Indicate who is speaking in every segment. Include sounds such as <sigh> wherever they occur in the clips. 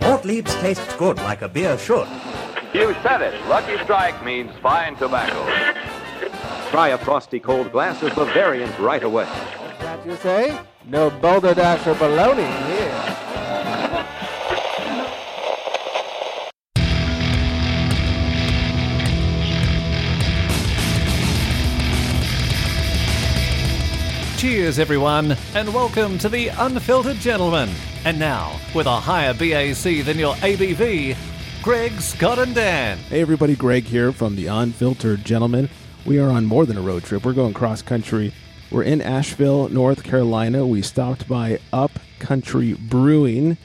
Speaker 1: Gottlieb's tastes good like a beer should.
Speaker 2: You said it. Lucky Strike means fine tobacco.
Speaker 3: Try a frosty cold glass of Bavarian right away.
Speaker 4: That you say? No boulder dash or baloney here.
Speaker 5: Cheers, everyone, and welcome to the Unfiltered Gentleman. And now, with a higher BAC than your ABV, Greg, Scott, and Dan.
Speaker 6: Hey everybody, Greg here from the Unfiltered Gentleman. We are on more than a road trip. We're going cross country. We're in Asheville, North Carolina. We stopped by Up Country Brewing.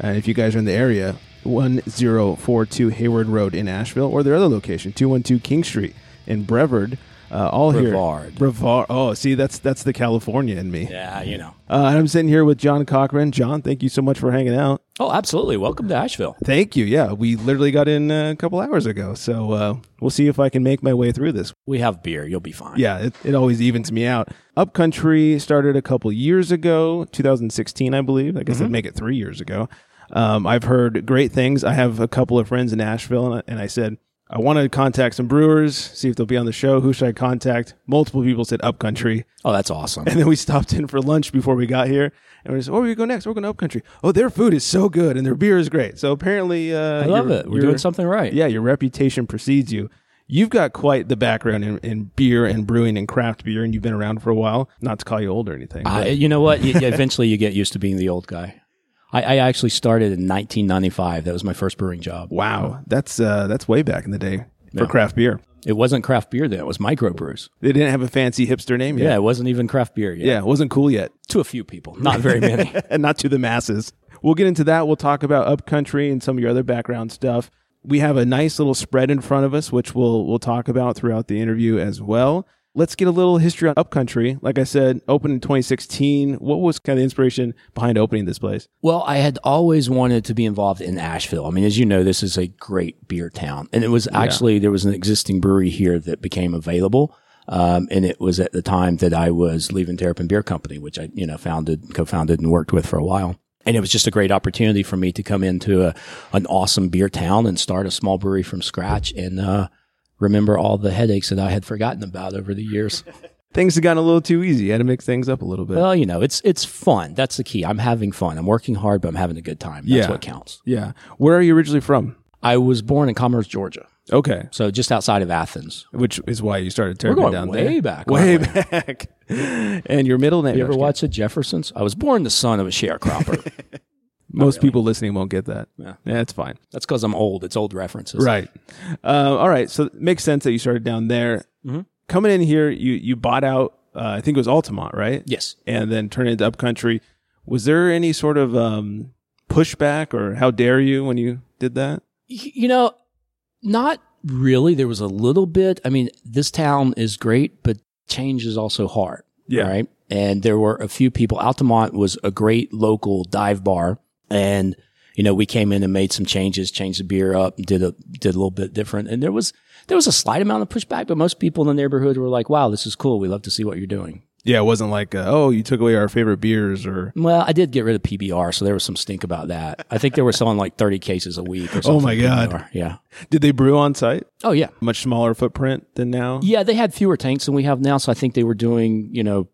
Speaker 6: And if you guys are in the area, 1042 Hayward Road in Asheville or their other location, 212 King Street in Brevard. Uh, all
Speaker 7: Brevard.
Speaker 6: here. Brevard. Oh, see, that's that's the California in me.
Speaker 7: Yeah, you know.
Speaker 6: Uh, and I'm sitting here with John Cochran. John, thank you so much for hanging out.
Speaker 7: Oh, absolutely. Welcome to Asheville.
Speaker 6: Thank you. Yeah, we literally got in a couple hours ago, so uh, we'll see if I can make my way through this.
Speaker 7: We have beer. You'll be fine.
Speaker 6: Yeah, it, it always evens me out. Upcountry started a couple years ago, 2016, I believe. I guess
Speaker 7: Mm-hmm.
Speaker 6: I'd make it three years ago. Um, I've heard great things. I have a couple of friends in Asheville, and I, and I said I want to contact some brewers, see if they'll be on the show. Who should I contact? Multiple people said Upcountry. <laughs>
Speaker 7: Oh, that's awesome.
Speaker 6: And then we stopped in for lunch before we got here. And we just, oh, where we go next? We're going to Upcountry. Oh, their food is so good and their beer is great. So apparently, uh,
Speaker 7: I love
Speaker 6: your-
Speaker 7: it. We're
Speaker 6: your-
Speaker 7: doing something
Speaker 6: <laughs>
Speaker 7: right.
Speaker 6: Yeah, your reputation precedes you. You've got quite the background in, in beer and brewing and craft beer, and you've been around for a while. Not to call you old or anything.
Speaker 7: I,
Speaker 6: but-
Speaker 7: Uh, you know what?
Speaker 6: <laughs>
Speaker 7: You, you- eventually, you get used to being the old guy. I, I actually started in 1995. That was my first brewing job.
Speaker 6: wow, that's uh, that's way back in the day for craft beer.
Speaker 7: It wasn't craft beer then. It was microbrews.
Speaker 6: They didn't have a fancy hipster name
Speaker 7: Yeah,
Speaker 6: yet.
Speaker 7: it wasn't even craft beer yet.
Speaker 6: yeah, it wasn't cool yet.
Speaker 7: To a few people, not
Speaker 6: <laughs>
Speaker 7: very many.
Speaker 6: and not to the masses. We'll get into that. We'll talk about upcountry and some of your other background stuff. We have a nice little spread in front of us, which we'll we'll talk about throughout the interview as well. Let's get a little history on upcountry. Like I said, opened in 2016. What was kind of the inspiration behind opening this place?
Speaker 7: Well, I had always wanted to be involved in Asheville. I mean, as you know, this is a great beer town. And it was actually, there was an existing brewery here that became available. Um, and it was at the time that I was leaving Terrapin Beer Company, which I, you know, founded, co-founded and worked with for a while. And it was just a great opportunity for me to come into a, an awesome beer town and start a small brewery from scratch and, uh, remember all the headaches that I had forgotten about over the years.
Speaker 6: Things have gotten a little too easy. I had to mix things up a little bit.
Speaker 7: well, you know, it's, it's fun. That's the key. I'm having fun. I'm working hard, but I'm having a good time. That's
Speaker 6: Yeah.
Speaker 7: what counts.
Speaker 6: yeah. Where are you originally from?
Speaker 7: I was born in Commerce, Georgia,
Speaker 6: Okay,
Speaker 7: so just outside of Athens.
Speaker 6: which is why you started tearing
Speaker 7: going
Speaker 6: down
Speaker 7: way
Speaker 6: there.
Speaker 7: back,
Speaker 6: way <laughs>
Speaker 7: aren't
Speaker 6: back. and your middle name?
Speaker 7: You ever watch the Jeffersons? I was born the son of a sharecropper.
Speaker 6: Most people listening won't get that.
Speaker 7: Yeah.
Speaker 6: yeah it's fine.
Speaker 7: That's because I'm old. It's old references.
Speaker 6: Right. Uh, all right. So it makes sense that you started down there. Coming in here, you you bought out. Uh, I think it was Altamont, right?
Speaker 7: Yes.
Speaker 6: And then turned it into Upcountry. Was there any sort of um, pushback or how dare you when you did that?
Speaker 7: Y- You know, not really. There was a little bit. I mean, this town is great, but change is also hard.
Speaker 6: Yeah.
Speaker 7: Right. And there were a few people. Altamont was a great local dive bar. And, you know, we came in and made some changes, changed the beer up, did a, did a little bit different. And there was, there was a slight amount of pushback, but most people in the neighborhood were like, wow, this is cool. We love to see what you're doing.
Speaker 6: Yeah, it wasn't like uh, oh, you took away our favorite beers or
Speaker 7: Well, I did get rid of PBR, so there was some stink about that. I think they were selling like 30 cases a week or
Speaker 6: <laughs>
Speaker 7: something.
Speaker 6: Oh, my God.
Speaker 7: PBR. Yeah.
Speaker 6: did they brew on site?
Speaker 7: Oh, yeah.
Speaker 6: Much smaller footprint than now.
Speaker 7: Yeah, they had fewer tanks than we have now, so I think they were doing, you know,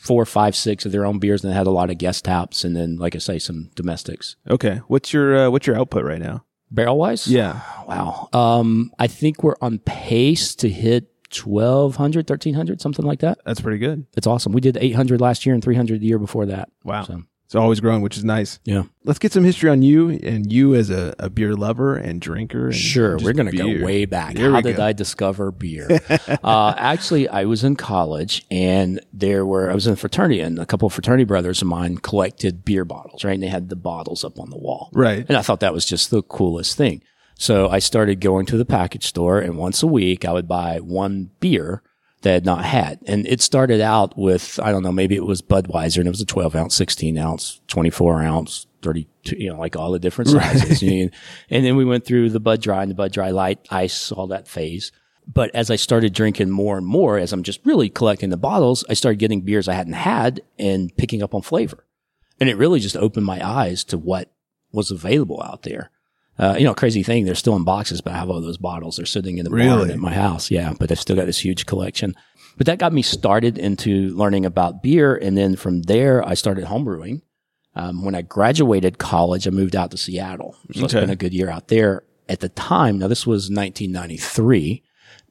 Speaker 7: four, five, six of their own beers and they had a lot of guest taps and then, like I say, some domestics.
Speaker 6: Okay. What's your uh, what's your output right now?
Speaker 7: Barrel wise?
Speaker 6: Yeah.
Speaker 7: Wow. Um, I think we're on pace to hit 1,200, 1,300, something like that.
Speaker 6: That's pretty good.
Speaker 7: It's awesome. We did 800 last year and 300 the year before that.
Speaker 6: Wow.
Speaker 7: So,
Speaker 6: It's always growing, which is nice.
Speaker 7: yeah.
Speaker 6: Let's get some history on you and you as a, a beer lover and drinker. And
Speaker 7: Sure,
Speaker 6: just
Speaker 7: we're going to
Speaker 6: beer.
Speaker 7: go way back.
Speaker 6: There
Speaker 7: How
Speaker 6: we
Speaker 7: did
Speaker 6: go.
Speaker 7: I discover beer? <laughs> uh, actually, I was in college, and there were I was in a fraternity, and a couple of fraternity brothers of mine collected beer bottles, right? And they had the bottles up on the wall,
Speaker 6: Right.
Speaker 7: And I thought that was just the coolest thing. So I started going to the package store, and once a week I would buy one beer that I had not had. And it started out with, I don't know, maybe it was Budweiser, and it was a 12 ounce, 16 ounce, 24 ounce, 32, you know, like all the different sizes. You know, and then we went through the Bud Dry and the Bud Dry Light, ice, all that phase. But as I started drinking more and more, as I'm just really collecting the bottles, I started getting beers I hadn't had and picking up on flavor. And it really just opened my eyes to what was available out there. Uh, you know, crazy thing, they're still in boxes, but I have all those bottles. They're sitting in the barn
Speaker 6: Really?
Speaker 7: at my house. Yeah, but I've still got this huge collection. But that got me started into learning about beer. And then from there, I started homebrewing. Um, when I graduated college, I moved out to Seattle. So I spent a good year out there. At the time, now this was 1993,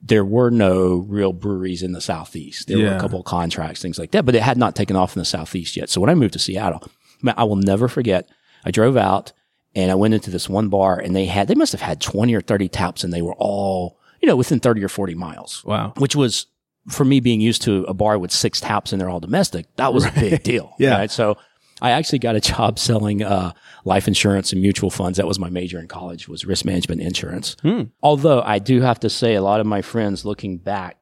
Speaker 7: there were no real breweries in the Southeast. There were a
Speaker 6: Yeah.
Speaker 7: couple of contracts, things like that, but it had not taken off in the Southeast yet. So when I moved to Seattle, man, I will never forget, I drove out and I went into this one bar and they had, they must have had 20 or 30 taps and they were all, you know, within 30 or 40 miles
Speaker 6: Wow.
Speaker 7: which was for me being used to a bar with six taps and they're all domestic. That was a big deal.
Speaker 6: Yeah.
Speaker 7: So I actually got a job selling uh, life insurance and mutual funds. That was my major in college was risk management insurance. Although I do have to say, a lot of my friends looking back,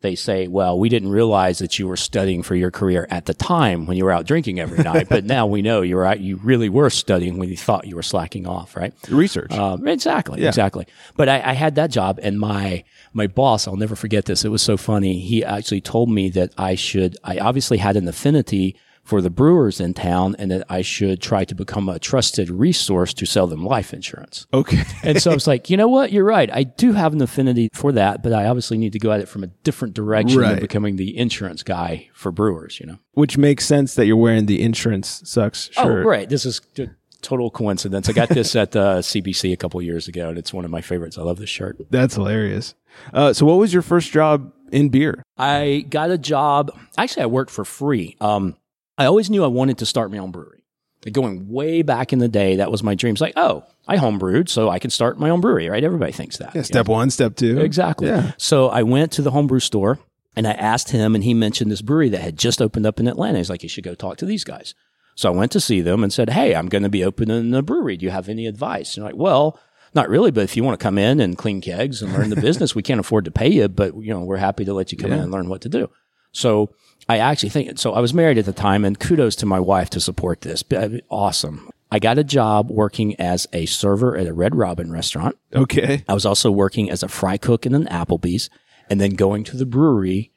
Speaker 7: they say, "Well, we didn't realize that you were studying for your career at the time when you were out drinking every night, but now we know you were out, you really were studying when you thought you were slacking off, right?"
Speaker 6: Research.
Speaker 7: Um, exactly, exactly. But I, I had that job, and my my boss, I'll never forget this. It was so funny. He actually told me that I should. I obviously had an affinity for the brewers in town, and that I should try to become a trusted resource to sell them life insurance.
Speaker 6: okay. <laughs>
Speaker 7: And so I was like, you know what? You're right. I do have an affinity for that, but I obviously need to go at it from a different direction
Speaker 6: Right.
Speaker 7: than becoming the insurance guy for brewers. You know.
Speaker 6: Which makes sense that you're wearing the insurance sucks shirt.
Speaker 7: Oh, right. This is t- total coincidence. I got this at uh, <laughs> CBC a couple years ago, and it's one of my favorites. I love this shirt.
Speaker 6: That's hilarious. Uh, so, what was your first job in beer?
Speaker 7: I got a job. Actually, I worked for free. Um, I always knew I wanted to start my own brewery. Like, Going way back in the day, that was my dream. It's like, oh, I homebrewed, so I can start my own brewery, right? Everybody thinks that.
Speaker 6: Yeah, step one, step two.
Speaker 7: Exactly.
Speaker 6: Yeah.
Speaker 7: So I went to the homebrew store and I asked him, and he mentioned this brewery that had just opened up in Atlanta. He's like, you should go talk to these guys. So I went to see them and said, hey, I'm going to be opening a brewery. Do you have any advice? And they're like, well, not really, but if you want to come in and clean kegs and learn the business, we can't afford to pay you, but you know, we're happy to let you come in and learn what to do. So I actually think so. I was married at the time, and kudos to my wife to support this. B- Awesome. I got a job working as a server at a Red Robin restaurant.
Speaker 6: Okay.
Speaker 7: I was also working as a fry cook in an Applebee's and then going to the brewery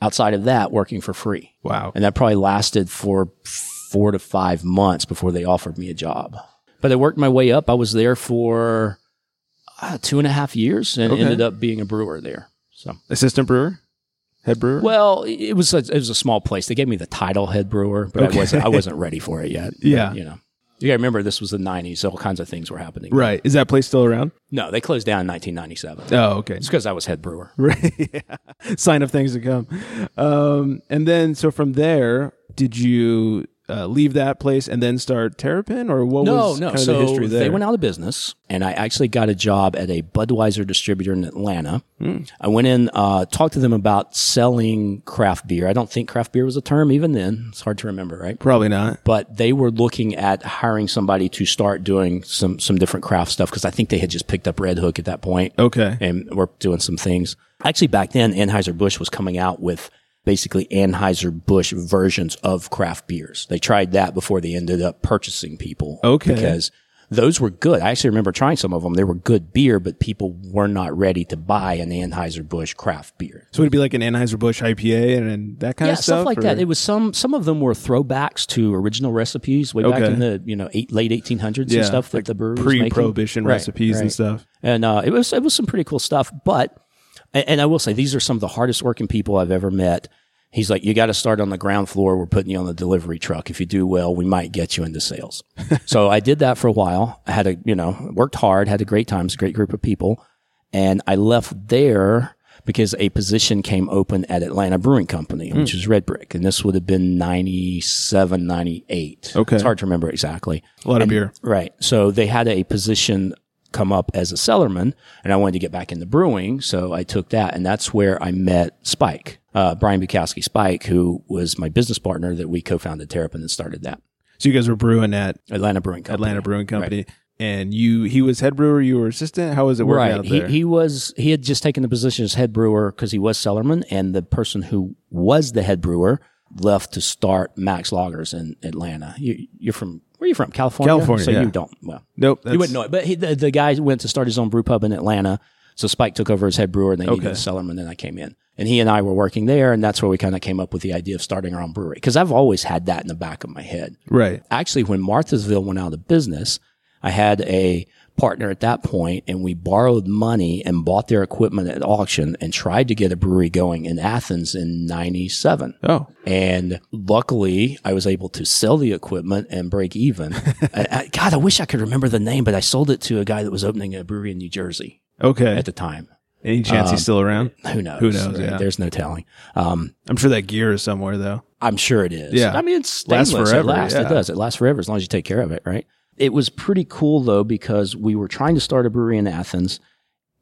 Speaker 7: outside of that working for free.
Speaker 6: Wow.
Speaker 7: And that probably lasted for four to five months before they offered me a job. But I worked my way up. I was there for uh, two and a half years and
Speaker 6: Okay.
Speaker 7: ended up being a brewer there. So,
Speaker 6: Assistant brewer, head brewer.
Speaker 7: well, it was a, it was a small place. They gave me the title head brewer, but I wasn't
Speaker 6: <laughs>
Speaker 7: I wasn't ready for it yet.
Speaker 6: Yeah.
Speaker 7: you know, you got to remember this was the '90s. So all kinds of things were happening.
Speaker 6: right. Is that place still around?
Speaker 7: No, they closed down in 1997.
Speaker 6: Oh, okay.
Speaker 7: It's because I was head brewer.
Speaker 6: <laughs> Right. yeah. Sign of things to come. Um, and then, so from there, did you uh, leave that place and then start Terrapin, or what was kind of
Speaker 7: so
Speaker 6: the history there?
Speaker 7: They went out of business, and I actually got a job at a Budweiser distributor in Atlanta.
Speaker 6: Hmm.
Speaker 7: I went in, uh, talked to them about selling craft beer. I don't think craft beer was a term even then. It's hard to remember, right?
Speaker 6: Probably not.
Speaker 7: But they were looking at hiring somebody to start doing some some different craft stuff because I think they had just picked up Red Hook at that point.
Speaker 6: Okay.
Speaker 7: and we're doing some things. Actually, back then, Anheuser-Busch was coming out with basically Anheuser-Busch versions of craft beers. They tried that before they ended up purchasing people.
Speaker 6: Okay.
Speaker 7: Because those were good. I actually remember trying some of them. They were good beer, but people were not ready to buy an Anheuser-Busch craft beer.
Speaker 6: So it'd be like an Anheuser Busch IPA and, and that kind
Speaker 7: Yeah,
Speaker 6: of
Speaker 7: stuff,
Speaker 6: stuff.
Speaker 7: like
Speaker 6: or-
Speaker 7: that. It was some some of them were throwbacks to original recipes way back
Speaker 6: Okay.
Speaker 7: in the you know eight, late 1800s
Speaker 6: Yeah,
Speaker 7: and stuff that
Speaker 6: like
Speaker 7: the brewery was making.
Speaker 6: pre-prohibition
Speaker 7: Right,
Speaker 6: recipes and
Speaker 7: right
Speaker 6: stuff.
Speaker 7: and uh, it was it was some pretty cool stuff. But and, and I will say these are some of the hardest working people I've ever met. He's like, you got to start on the ground floor. We're putting you on the delivery truck. If you do well, we might get you
Speaker 6: <laughs>
Speaker 7: into sales. so I did that for a while. I had a you know worked hard, had a great time, it's a great group of people, and I left there because a position came open at Atlanta Brewing Company,
Speaker 6: Hmm.
Speaker 7: which is Red Brick, and this would have been 97, 98.
Speaker 6: Okay.
Speaker 7: it's hard to remember exactly.
Speaker 6: A lot of beer.
Speaker 7: Right. So they had a position come up as a cellarman, and I wanted to get back into brewing, so I took that, and that's where I met Spike, uh, Brian Bukowski Spike, who was my business partner that we co-founded Terrapin and started that
Speaker 6: So you guys were brewing at
Speaker 7: Atlanta Brewing Company.
Speaker 6: Atlanta Brewing Company, and you he was head brewer, you were assistant. How was it working
Speaker 7: Right.
Speaker 6: out
Speaker 7: He,
Speaker 6: there?
Speaker 7: he was he had just taken the position as head brewer because he was cellarman, and the person who was the head brewer left to start Max Loggers in Atlanta. You, you're from where are you from? California.
Speaker 6: California,
Speaker 7: So
Speaker 6: yeah.
Speaker 7: you don't well.
Speaker 6: nope.
Speaker 7: You wouldn't know it. But he, the, the guy went to start his own brew pub in Atlanta. So Spike took over as head brewer and they needed
Speaker 6: Okay.
Speaker 7: a cellarman. Then I came in and he and I were working there. And that's where we kind of came up with the idea of starting our own brewery. Cause I've always had that in the back of my head.
Speaker 6: Right.
Speaker 7: Actually, when Marthasville went out of business, I had a partner at that point and we borrowed money and bought their equipment at auction and tried to get a brewery going in Athens in 97.
Speaker 6: Oh,
Speaker 7: And luckily, I was able to sell the equipment and break
Speaker 6: <laughs>
Speaker 7: even. I, I- God, I wish I could remember the name, but I sold it to a guy that was opening a brewery in New Jersey
Speaker 6: okay.
Speaker 7: at the time.
Speaker 6: Any chance he's still around?
Speaker 7: Who knows?
Speaker 6: Who knows,
Speaker 7: right?
Speaker 6: yeah.
Speaker 7: There's no telling. Um,
Speaker 6: I'm sure that gear is somewhere though.
Speaker 7: I'm sure it is.
Speaker 6: Yeah.
Speaker 7: I mean, it's
Speaker 6: Lasts
Speaker 7: stainless. Lasts
Speaker 6: forever,
Speaker 7: It lasts.
Speaker 6: yeah.
Speaker 7: It does. It lasts forever as long as you take care of it, right? It was pretty cool though because we were trying to start a brewery in Athens,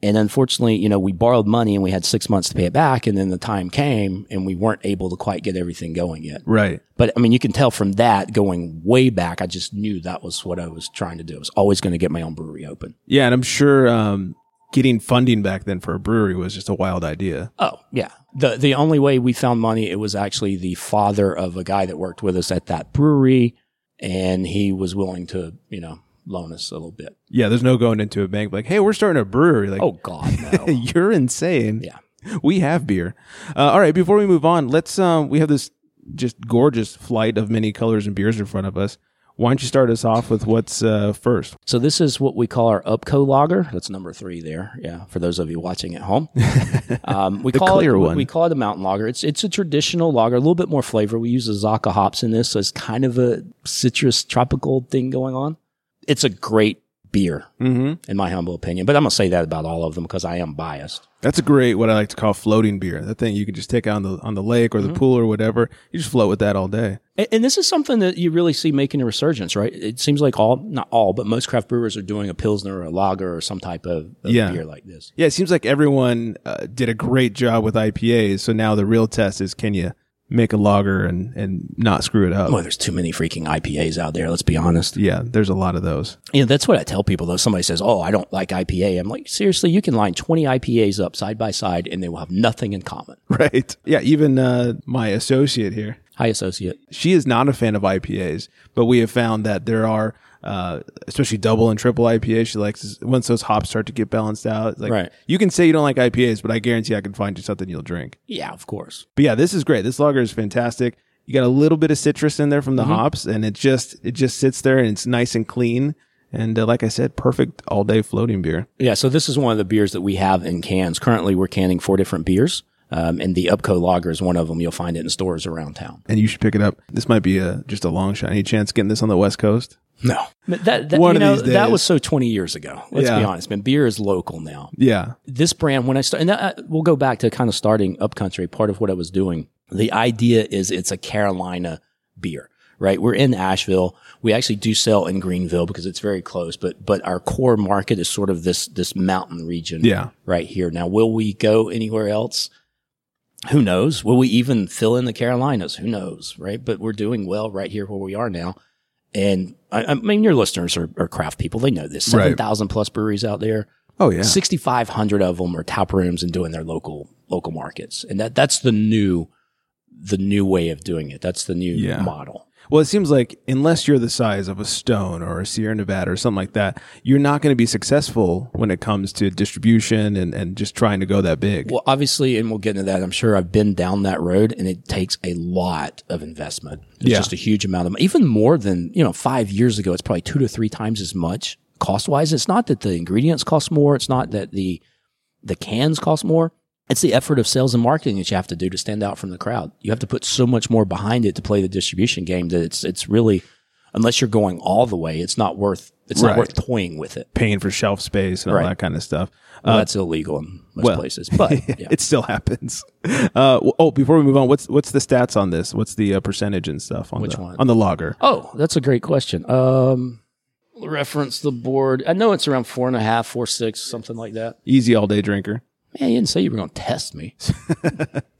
Speaker 7: and unfortunately, you know, we borrowed money and we had six months to pay it back, and then the time came and we weren't able to quite get everything going yet.
Speaker 6: Right.
Speaker 7: But I mean, you can tell from that going way back, I just knew that was what I was trying to do. I was always going to get my own brewery open.
Speaker 6: Yeah, and I'm sure um, getting funding back then for a brewery was just a wild idea.
Speaker 7: Oh, yeah. The the only way we found money, it was actually the father of a guy that worked with us at that brewery and he was willing to, you know, loan us a little bit.
Speaker 6: Yeah, there's no going into a bank like, hey, we're starting a brewery. Like,
Speaker 7: Oh god, <laughs> no.
Speaker 6: <laughs> you're insane.
Speaker 7: Yeah.
Speaker 6: we have beer. Uh, all right, before we move on, let's. Um, we have this just gorgeous flight of many colors and beers in front of us. Why don't you start us off with what's uh, first?
Speaker 7: so this is what we call our Upco lager. That's number 3 there. Yeah, for those of you watching
Speaker 6: <laughs>
Speaker 7: at home. Um, we
Speaker 6: The
Speaker 7: call
Speaker 6: clear
Speaker 7: it, we-
Speaker 6: one.
Speaker 7: We call it a mountain lager. It's it's a traditional lager, a little bit more flavor. We use the Zaka hops in this, so it's kind of a citrus tropical thing going on. It's a great beer,
Speaker 6: Mm-hmm.
Speaker 7: in my humble opinion. But I'm gonna say that about all of them because I am biased.
Speaker 6: That's a great what I like to call floating beer. That thing you can just take out on the on the lake or the
Speaker 7: Mm-hmm.
Speaker 6: pool or whatever. You just float with that all day.
Speaker 7: And, and this is something that you really see making a resurgence, right? It seems like all, not all, but most craft brewers are doing a pilsner or a lager or some type of, of
Speaker 6: Yeah.
Speaker 7: beer like this.
Speaker 6: Yeah, it seems like everyone uh, did a great job with IPAs. So now the real test is can you make a lager and and not screw it up?
Speaker 7: Boy, there's too many freaking IPAs out there. Let's be honest.
Speaker 6: Yeah, there's a lot of those.
Speaker 7: You know, that's what I tell people though. Somebody says, Oh, I don't like IPA. I'm like, seriously, you can line 20 IPAs up side by side and they will have nothing in common.
Speaker 6: Right. Yeah, even uh, my associate here,
Speaker 7: Hi, associate.
Speaker 6: she is not a fan of IPAs, but we have found that there are, uh, especially double and triple IPAs. She likes once those hops start to get balanced out. Like
Speaker 7: Right.
Speaker 6: you can say you don't like IPAs, but I guarantee I can find you something you'll drink.
Speaker 7: Yeah, of course.
Speaker 6: But yeah, this is great. This lager is fantastic. You got a little bit of citrus in there from the hops, and it just it just sits there and it's nice and clean. And uh, like I said, perfect all day floating beer.
Speaker 7: Yeah, so this is one of the beers that we have in cans. Currently, we're canning four different beers, um, and the Upco Lager is one of them. You'll find it in stores around town.
Speaker 6: And you should pick it up. This might be a just a long shot. Any chance getting this on the West Coast?
Speaker 7: No, that, that
Speaker 6: One
Speaker 7: you
Speaker 6: of
Speaker 7: know
Speaker 6: these
Speaker 7: that
Speaker 6: days.
Speaker 7: was so twenty years ago. Let's
Speaker 6: Yeah.
Speaker 7: be honest, man. Beer is local now.
Speaker 6: Yeah,
Speaker 7: This brand, when I start, and that, uh, we'll go back to kind of starting Upcountry. Part of what I was doing, the idea is it's a Carolina beer, right? We're in Asheville. We actually do sell in Greenville because it's very close, but but our core market is sort of this this mountain region,
Speaker 6: yeah.
Speaker 7: right here. Now, will we go anywhere else? Who knows? Will we even fill in the Carolinas? Who knows? Right. But we're doing well right here where we are now. And I, I mean, your listeners are, are craft people. They know this.
Speaker 6: Right.
Speaker 7: 7,000 plus breweries out there.
Speaker 6: Oh yeah.
Speaker 7: 6,500 of them are tap rooms and doing their local, local markets. And that, that's the new, the new way of doing it. That's the new
Speaker 6: Yeah.
Speaker 7: model.
Speaker 6: Well, it seems like unless you're the size of a Stone or a Sierra Nevada or something like that, you're not going to be successful when it comes to distribution and, and just trying to go that big.
Speaker 7: Well, obviously, and we'll get into that. I'm sure I've been down that road, and it takes a lot of investment. It's
Speaker 6: Yeah.
Speaker 7: just a huge amount of even more than you know. Five years ago, it's probably two to three times as much cost wise. It's not that the ingredients cost more. It's not that the the cans cost more. It's the effort of sales and marketing that you have to do to stand out from the crowd. You have to put so much more behind it to play the distribution game that it's it's really unless you're going all the way, it's not worth it's
Speaker 6: Right.
Speaker 7: not worth toying with it.
Speaker 6: Paying for shelf space and all
Speaker 7: Right.
Speaker 6: that kind of stuff.
Speaker 7: Well,
Speaker 6: Uh,
Speaker 7: that's illegal in most
Speaker 6: well,
Speaker 7: places,
Speaker 6: <laughs>
Speaker 7: but yeah.
Speaker 6: It still happens. Uh, w- oh, before we move on, what's what's the stats on this? What's the uh, percentage and stuff on
Speaker 7: Which
Speaker 6: the
Speaker 7: one?
Speaker 6: on the logger?
Speaker 7: Oh, that's a great question. Um, reference the board. I know it's around four and a half, four six, something like that.
Speaker 6: Easy all day drinker.
Speaker 7: Man, you didn't say you were going to test me. <laughs>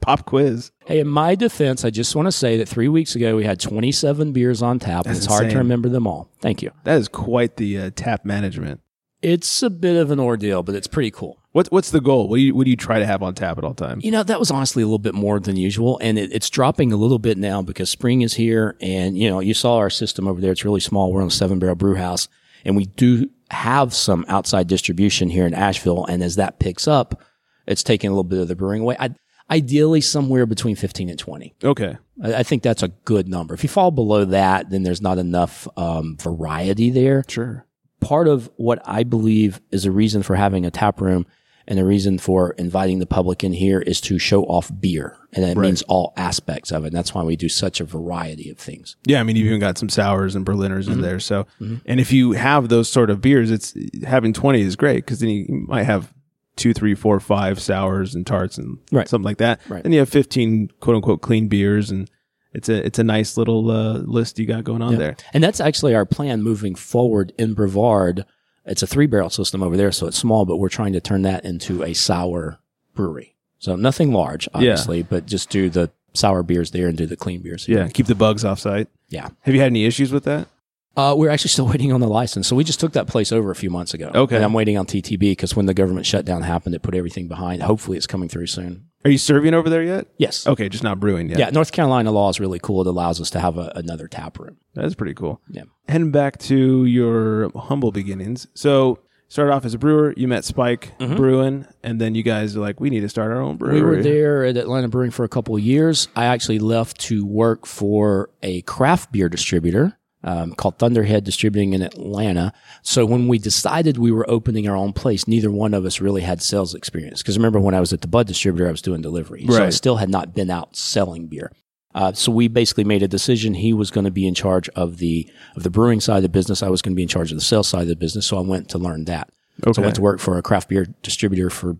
Speaker 6: Pop quiz.
Speaker 7: Hey, in my defense, I just want to say that three weeks ago we had 27 beers on tap. and
Speaker 6: That's
Speaker 7: it's hard to
Speaker 6: insane.
Speaker 7: remember them all. Thank you.
Speaker 6: That is quite the uh, tap management.
Speaker 7: It's a bit of an ordeal, but it's pretty cool.
Speaker 6: What's what's the goal? What do you what do you try to have on tap at all times?
Speaker 7: You know, that was honestly a little bit more than usual, and it, it's dropping a little bit now because spring is here, and you know, you saw our system over there. It's really small. We're on a seven barrel brew house, and we do have some outside distribution here in Asheville. And as that picks up, it's taking a little bit of the brewing away. I, ideally, somewhere between fifteen and twenty.
Speaker 6: Okay.
Speaker 7: I, I think that's a good number. If you fall below that, then there's not enough um, variety there.
Speaker 6: Sure.
Speaker 7: part of what I believe is a reason for having a tap room and a reason for inviting the public in here is to show off beer. And that means all aspects of it. And that's why we do such a variety of things.
Speaker 6: Yeah, I mean, you've even got some sours and Berliners
Speaker 7: Mm-hmm.
Speaker 6: in there. So, and if you have those sort of beers, it's having twenty is great because then you might have two, three, four, five sours and tarts and
Speaker 7: Right.
Speaker 6: something like that.
Speaker 7: Right.
Speaker 6: Then you have fifteen quote unquote clean beers, and it's a it's a nice little uh, list you got going on there.
Speaker 7: And that's actually our plan moving forward in Brevard. It's a three barrel system over there, so it's small, but we're trying to turn that into a sour brewery. So nothing large, obviously, but just do the sour beers there and do the clean beers. here.
Speaker 6: Yeah, keep the bugs off site.
Speaker 7: Yeah.
Speaker 6: Have you had any issues with that?
Speaker 7: Uh, we're actually still <laughs> waiting on the license. So we just took that place over a few months ago.
Speaker 6: Okay.
Speaker 7: And I'm waiting on TTB because when the government shutdown happened, it put everything behind. Hopefully it's coming through soon.
Speaker 6: Are you serving over there yet?
Speaker 7: Yes.
Speaker 6: Okay, just not brewing yet.
Speaker 7: Yeah. North Carolina law is really cool. It allows us to have a, another tap room.
Speaker 6: That's pretty cool.
Speaker 7: Yeah.
Speaker 6: Heading back to your humble beginnings. So, started off as a brewer. You met Spike Brewing, and then you guys were like, we need to start our own brewery.
Speaker 7: Mm-hmm. We were there at Atlanta Brewing for a couple of years. I actually left to work for a craft beer distributor um, called Thunderhead Distributing in Atlanta. So when we decided we were opening our own place, neither one of us really had sales experience. Because remember, when I was at the Bud distributor, I was doing delivery. So I
Speaker 6: Right.
Speaker 7: still had not been out selling beer. Uh, so we basically made a decision. He was going to be in charge of the of the brewing side of the business. I was going to be in charge of the sales side of the business. So I went to learn that. So I went to work for a craft beer distributor for,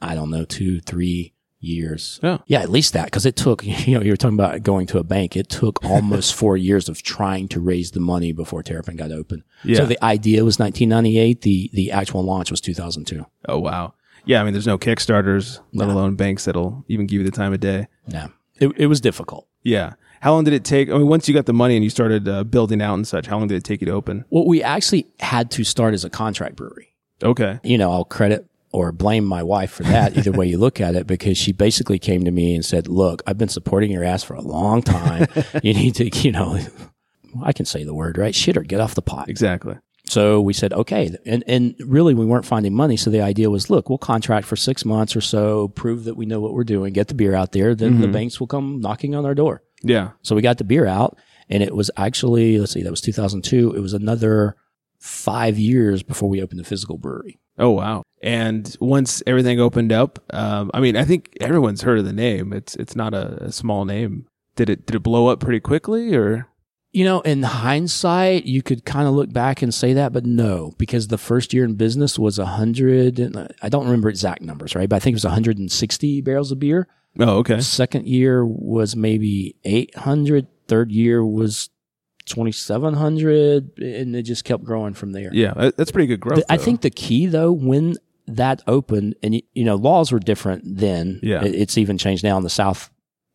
Speaker 7: I don't know, two, three years.
Speaker 6: Yeah.
Speaker 7: at least that. Cause it took, <laughs> you know, you were talking about going to a bank. It <laughs> took almost four years of trying to raise the money before Terrapin got open.
Speaker 6: Yeah.
Speaker 7: So the idea was 1998. The, the actual launch was 2002.
Speaker 6: Oh, wow. Yeah, I mean, there's no Kickstarters, let alone banks that'll even give you the time of day.
Speaker 7: Yeah. It, it was difficult.
Speaker 6: Yeah. How long did it take? I mean, once you got the money and you started uh, building out and such, how long did it take you to open?
Speaker 7: What we actually had to start as a contract brewery.
Speaker 6: Okay.
Speaker 7: you know, I'll credit or blame my wife for that, either way you look at it, because she basically came to me and said, Look, I've been supporting your ass for a long time. you need to, you know, I can say the word, right? Shit or get off the pot.
Speaker 6: Exactly.
Speaker 7: So we said, okay. And, and really, we weren't finding money. So the idea was, look, we'll contract for six months or so, prove that we know what we're doing, get the beer out there, then the banks will come knocking on our door.
Speaker 6: Yeah.
Speaker 7: So we got the beer out, and it was actually, let's see, that was 2002. It was another five years before we opened the physical brewery.
Speaker 6: Oh, wow. And once everything opened up, um, I mean, I think everyone's heard of the name. It's it's not a, a small name. Did it did it blow up pretty quickly or
Speaker 7: You know, in hindsight, you could kind of look back and say that, but no, because the first year in business was a hundred. and- I don't remember exact numbers, right? But I think it was 160 barrels of beer.
Speaker 6: Oh, okay.
Speaker 7: Second year was maybe 800. Third year was 2,700, and it just kept growing from there.
Speaker 6: Yeah, that- that's pretty good growth.
Speaker 7: The- I
Speaker 6: though.
Speaker 7: think the key though, when that opened, and y- you know, laws were different then.
Speaker 6: Yeah.
Speaker 7: It- it's even changed now. And the South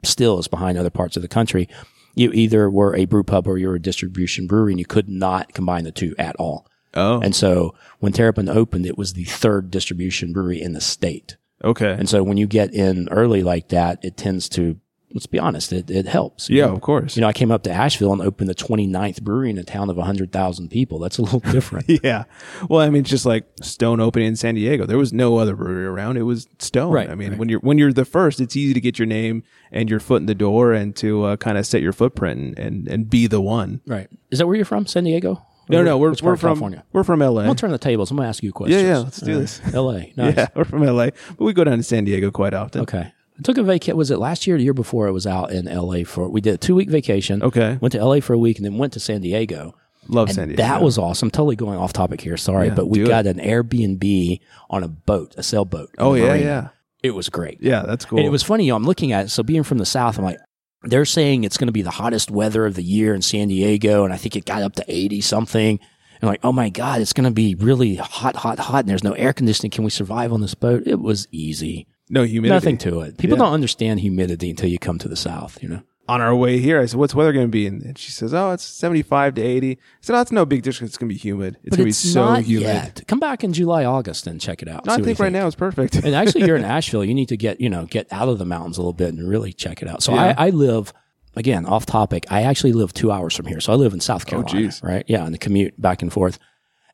Speaker 7: still is behind other parts of the country. You either were a brew pub or you were a distribution brewery, and you could not combine the two at all.
Speaker 6: Oh,
Speaker 7: And so when Terrapin opened, it was the third distribution brewery in the state.
Speaker 6: okay.
Speaker 7: And so when you get in early like that, it tends to, let's be honest, it, it helps.
Speaker 6: yeah, of course.
Speaker 7: You know, I came up to Asheville and opened the 29th brewery in a town of 100,000 people. That's a little <laughs> different.
Speaker 6: <laughs> yeah. Well, I mean, it's just like Stone opening in San Diego, there was no other brewery around. It was Stone.
Speaker 7: Right,
Speaker 6: I mean,
Speaker 7: right.
Speaker 6: when you're when you're the first, it's easy to get your name and your foot in the door and to uh, kind of set your footprint and, and and be the one.
Speaker 7: Right. Is that where you're from, San Diego?
Speaker 6: No, no, we're
Speaker 7: Which part
Speaker 6: we're
Speaker 7: of
Speaker 6: from
Speaker 7: California.
Speaker 6: we're from L.A.
Speaker 7: I'm gonna turn the tables. I'm gonna ask you
Speaker 6: yeah,
Speaker 7: questions.
Speaker 6: yeah. Let's do
Speaker 7: All
Speaker 6: this. <laughs>
Speaker 7: right. L.A. Nice.
Speaker 6: Yeah, we're from LA, but we go down to San Diego quite often.
Speaker 7: Okay. I took a vacation. Was it last year or the year before? I was out in L.A. for we did a two week vacation.
Speaker 6: Okay.
Speaker 7: Went to L.A. for a week and then went to San Diego.
Speaker 6: Love
Speaker 7: And
Speaker 6: San Diego.
Speaker 7: that was awesome. Totally going off topic here. Sorry,
Speaker 6: Yeah,
Speaker 7: but we
Speaker 6: do
Speaker 7: got an Airbnb on a boat, a sailboat. in
Speaker 6: Oh
Speaker 7: the
Speaker 6: yeah,
Speaker 7: marina.
Speaker 6: yeah,
Speaker 7: It was great.
Speaker 6: yeah. That's cool.
Speaker 7: And it was funny, you know, I'm looking at it. So being from the South, I'm like, they're saying it's going to be the hottest weather of the year in San Diego. And I think it got up to 80 something. And like, oh my God, it's going to be really hot, hot, hot. And there's no air conditioning. Can we survive on this boat? It was easy.
Speaker 6: no humidity.
Speaker 7: Nothing to it. People
Speaker 6: Yeah.
Speaker 7: don't understand humidity until you come to the South, you know?
Speaker 6: on our way here, I said, "What's weather going to be?" And and she says, "Oh, it's 75 to 80." I said, "Oh, it's no big difference. It's going to be humid. It's
Speaker 7: But
Speaker 6: going to be
Speaker 7: it's
Speaker 6: so
Speaker 7: not
Speaker 6: humid."
Speaker 7: yet. Come back in July, August and check it out.
Speaker 6: No, I
Speaker 7: See what
Speaker 6: think
Speaker 7: you
Speaker 6: right now it's <laughs> perfect.
Speaker 7: and actually you're in Asheville, you need to get, you know, get out of the mountains a little bit and really check it out. So I, I live again off topic. I actually live two hours from here. So I live in South Carolina,
Speaker 6: geez.
Speaker 7: right? Yeah. And the commute back and forth.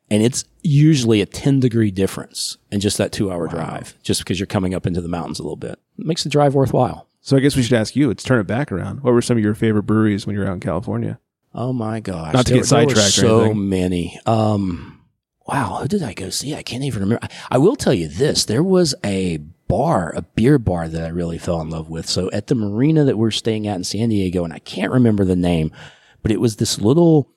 Speaker 7: And it's usually a 10 degree difference in just that two hour drive, just because you're coming up into the mountains a little bit. It makes the drive worthwhile.
Speaker 6: so I guess we should ask you. Let's turn it back around. What were some of your favorite breweries when you were out in California?
Speaker 7: Oh my gosh.
Speaker 6: Not to
Speaker 7: There
Speaker 6: get
Speaker 7: were- there were
Speaker 6: sidetracked or
Speaker 7: So
Speaker 6: anything.
Speaker 7: many. Um, wow, who did I go see? I can't even remember. I, I will tell you this. There was a bar, a beer bar that I really fell in love with. So at the marina that we're staying at in San Diego, and I can't remember the name, but it was this little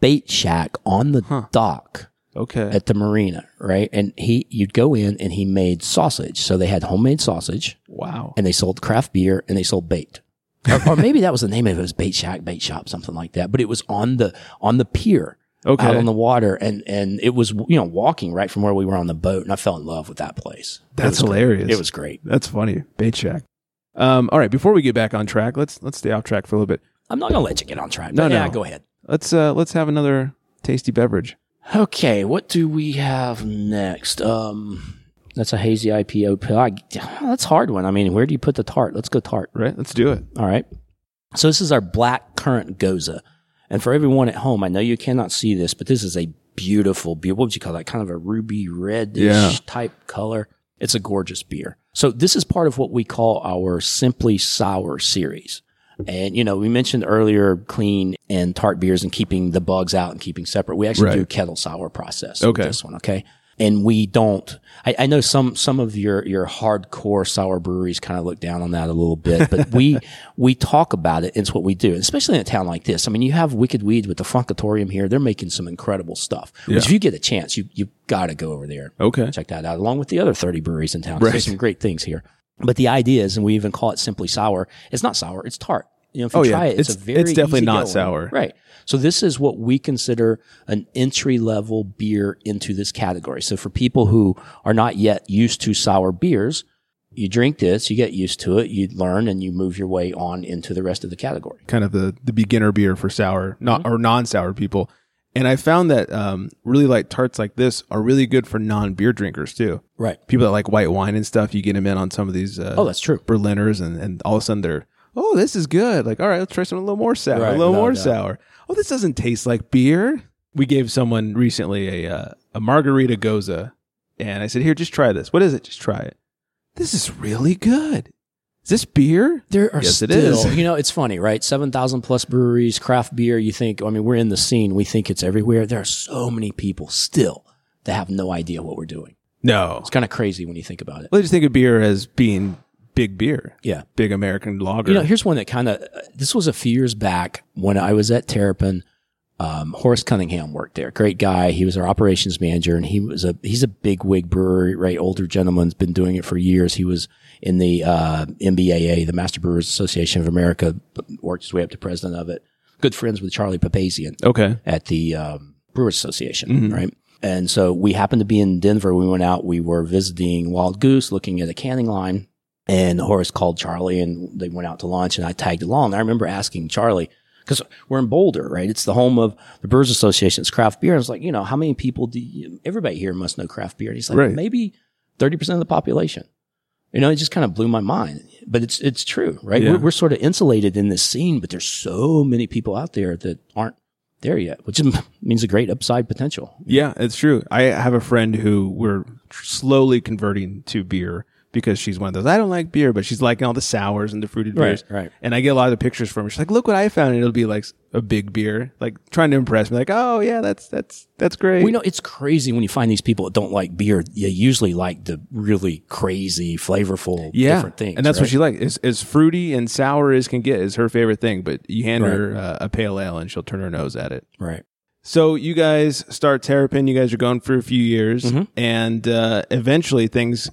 Speaker 7: bait shack on the dock
Speaker 6: Okay.
Speaker 7: at the marina, right? And he, you'd go in and he made sausage. So they had homemade sausage
Speaker 6: wow.
Speaker 7: and they sold craft beer and they sold <laughs> bait. or, or maybe that was the name of it. It was bait shack, bait shop, something like that. But it was on the on the pier,
Speaker 6: Okay.
Speaker 7: out on the water, and and it was you know walking right from where we were on the boat, and I fell in love with that place. It
Speaker 6: That's
Speaker 7: was great.
Speaker 6: hilarious.
Speaker 7: It was great.
Speaker 6: That's funny. Bait shack. Um, all right. Before we get back on track, let's let's stay off track for a little bit.
Speaker 7: I'm not gonna let you get on track.
Speaker 6: No,
Speaker 7: but Yeah,
Speaker 6: no.
Speaker 7: go ahead.
Speaker 6: Let's uh, let's have another tasty beverage.
Speaker 7: Okay, what do we have next? Um, that's a hazy IPO. pill. I, that's a hard one. I mean, where do you put the tart? Let's go tart.
Speaker 6: Right. Let's do it.
Speaker 7: All right. So this is our black currant goza. And for everyone at home, I know you cannot see this, but this is a beautiful, beer. What would you call that? Kind of a ruby reddish
Speaker 6: Yeah.
Speaker 7: type color. It's a gorgeous beer. So this is part of what we call our simply sour series. And you know, we mentioned earlier clean and tart beers and keeping the bugs out and keeping separate. We actually
Speaker 6: Right.
Speaker 7: do kettle sour process.
Speaker 6: Okay.
Speaker 7: Okay. This one, okay. And we don't. I, I know some some of your your hardcore sour breweries kind of look down on that a little bit, but we <laughs> we talk about it. It's what we do, especially in a town like this. I mean, you have Wicked Weed with the Funkatorium here. They're making some incredible stuff. Which, if you get a chance, you you got to go over there.
Speaker 6: Okay.
Speaker 7: Check that out, along with the other thirty breweries in town. So
Speaker 6: Right.
Speaker 7: there's some great things here. But the idea is, and we even call it simply sour. It's not sour. It's tart. You know, if you
Speaker 6: Oh, yeah.
Speaker 7: try it, it's,
Speaker 6: It's-
Speaker 7: a very
Speaker 6: it's definitely not
Speaker 7: easygoing.
Speaker 6: sour.
Speaker 7: Right. So this is what we consider an entry level beer into this category. So for people who are not yet used to sour beers, you drink this, you get used to it, you learn, and you move your way on into the rest of the category.
Speaker 6: kind of the the beginner beer for sour not
Speaker 7: Mm-hmm.
Speaker 6: or non sour people. And I found that um, really light tarts like this are really good for non beer drinkers too.
Speaker 7: Right.
Speaker 6: People that like white wine and stuff, you get them in on some of these. Uh,
Speaker 7: Oh, that's true.
Speaker 6: Berliners, and and all of a sudden they're oh this is good. Like all right, let's try something a little more sour, a
Speaker 7: Right,
Speaker 6: little
Speaker 7: no
Speaker 6: more
Speaker 7: doubt.
Speaker 6: sour. Oh, this doesn't taste like beer. We gave someone recently a uh, a margarita goza, and I said here, just try this. What is it? Just try it. This is really good. Is this beer?
Speaker 7: There are
Speaker 6: Yes, it
Speaker 7: still,
Speaker 6: is.
Speaker 7: you know, it's funny, right? 7,000 plus breweries, craft beer. You think, I mean, we're in the scene. We think it's everywhere. There are so many people still that have no idea what we're doing.
Speaker 6: No.
Speaker 7: It's kind of crazy when you think about it.
Speaker 6: Well, I just think of beer as being big beer.
Speaker 7: Yeah.
Speaker 6: Big American lager.
Speaker 7: You know, here's one that kind of, this was a few years back when I was at Terrapin. Um, Horace Cunningham worked there. Great guy. He was our operations manager and he was a, he's a big wig brewery, right? Older gentleman's been doing it for years. He was in the, uh, MBAA, the Master Brewers Association of America, worked his way up to president of it. Good friends with Charlie Papazian
Speaker 6: okay.
Speaker 7: at the um, Brewers Association,
Speaker 6: Mm-hmm.
Speaker 7: right? And so we happened to be in Denver. We went out, we were visiting Wild Goose, looking at a canning line, and Horace called Charlie and they went out to lunch, and I tagged along. I remember asking Charlie, because we're in Boulder, right? It's the home of the Brewers Association. It's craft beer. And I was like, you know, how many people do you, everybody here must know craft beer? And he's like,
Speaker 6: Right.
Speaker 7: maybe 30% of the population. You know, it just kind of blew my mind, but it's it's true, right?
Speaker 6: Yeah.
Speaker 7: We're, we're sort of insulated in this scene, but there's so many people out there that aren't there yet, which is, <laughs> means a great upside potential.
Speaker 6: Yeah, it's true. I have a friend who we're slowly converting to beer because she's one of those. I don't like beer, but she's liking all the sours and the fruited
Speaker 7: Right,
Speaker 6: beers.
Speaker 7: right.
Speaker 6: And I get a lot of pictures from her. She's like, "Look what I found!" And it'll be like a big beer, like trying to impress me. Like, "Oh yeah, that's that's that's great."
Speaker 7: We know it's crazy when you find these people that don't like beer. You usually like the really crazy, flavorful,
Speaker 6: yeah,
Speaker 7: different things.
Speaker 6: and that's what
Speaker 7: right?
Speaker 6: she likes. As, as fruity and sour as can get is her favorite thing. But you hand
Speaker 7: Right.
Speaker 6: her uh, a pale ale, and she'll turn her nose at it.
Speaker 7: right.
Speaker 6: So you guys start Terrapin. You guys are going for a few years,
Speaker 7: Mm-hmm.
Speaker 6: and uh, eventually things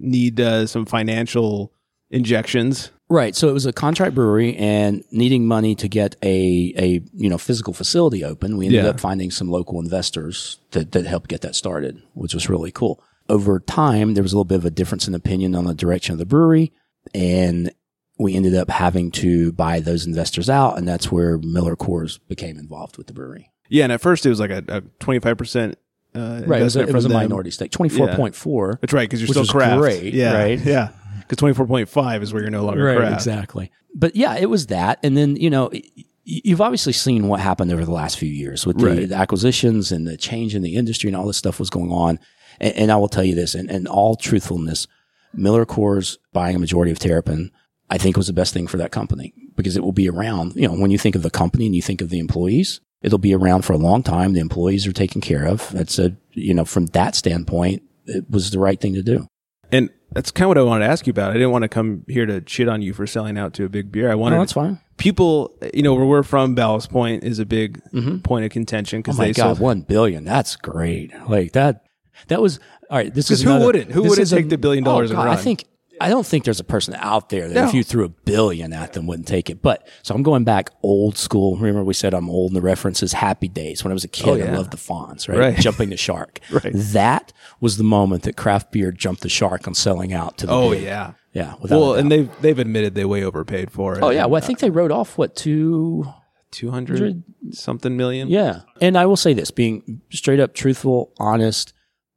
Speaker 6: need uh, some financial injections.
Speaker 7: Right. So it was a contract brewery and needing money to get a, a you know physical facility open. We ended
Speaker 6: Yeah.
Speaker 7: up finding some local investors that, that helped get that started, which was really cool. Over time, there was a little bit of a difference in opinion on the direction of the brewery, and we ended up having to buy those investors out, and that's where Miller Coors became involved with the brewery.
Speaker 6: Yeah, and at first it was like a twenty five percent. uh,
Speaker 7: Right. It was, a- it was a minority stake, twenty four point four.
Speaker 6: That's right, because you're
Speaker 7: Which
Speaker 6: still
Speaker 7: is
Speaker 6: craft.
Speaker 7: great,
Speaker 6: yeah,
Speaker 7: right?
Speaker 6: Yeah, because twenty four point five is where you're no longer craft.
Speaker 7: exactly but yeah it was that and then you know y- you've obviously seen what happened over the last few years with the,
Speaker 6: Right.
Speaker 7: the acquisitions and the change in the industry and all this stuff was going on and, and i will tell you this in, in all truthfulness miller coors buying a majority of terrapin i think was the best thing for that company because it will be around you know when you think of the company and you think of the employees It'll be around for a long time. The employees are taken care of. That's a, you know, from that standpoint, it was the right thing to do.
Speaker 6: And that's kind of what I wanted to ask you about. I didn't want to come here to shit on you for selling out to a big beer. I wanted
Speaker 7: No, that's fine.
Speaker 6: people, you know, where we're from, Ballast Point is a big point of contention
Speaker 7: Oh
Speaker 6: because
Speaker 7: my
Speaker 6: they
Speaker 7: God,
Speaker 6: sold.
Speaker 7: one billion. That's great. Like that, that was, all right. This is
Speaker 6: 'Cause who
Speaker 7: another-
Speaker 6: wouldn't? Who
Speaker 7: this
Speaker 6: wouldn't
Speaker 7: is a-
Speaker 6: take the billion
Speaker 7: oh,
Speaker 6: dollars and
Speaker 7: God, I
Speaker 6: run?
Speaker 7: think, I don't think there's a person out there that if
Speaker 6: No.
Speaker 7: you threw a billion at them wouldn't take it. But so I'm going back old school. Remember we said I'm old and the reference is happy days. When I was a kid, I
Speaker 6: Oh, yeah.
Speaker 7: loved the Fonz, right?
Speaker 6: Right.
Speaker 7: Jumping the shark.
Speaker 6: <laughs> Right.
Speaker 7: That was the moment that craft beer jumped the shark on selling out to the
Speaker 6: Oh
Speaker 7: big.
Speaker 6: yeah,
Speaker 7: Yeah. without
Speaker 6: Well,
Speaker 7: a
Speaker 6: and
Speaker 7: doubt.
Speaker 6: they've they've admitted they way overpaid for it.
Speaker 7: Oh yeah, well I think they wrote off what two
Speaker 6: two hundred something million.
Speaker 7: Yeah. And I will say this being straight up truthful, honest,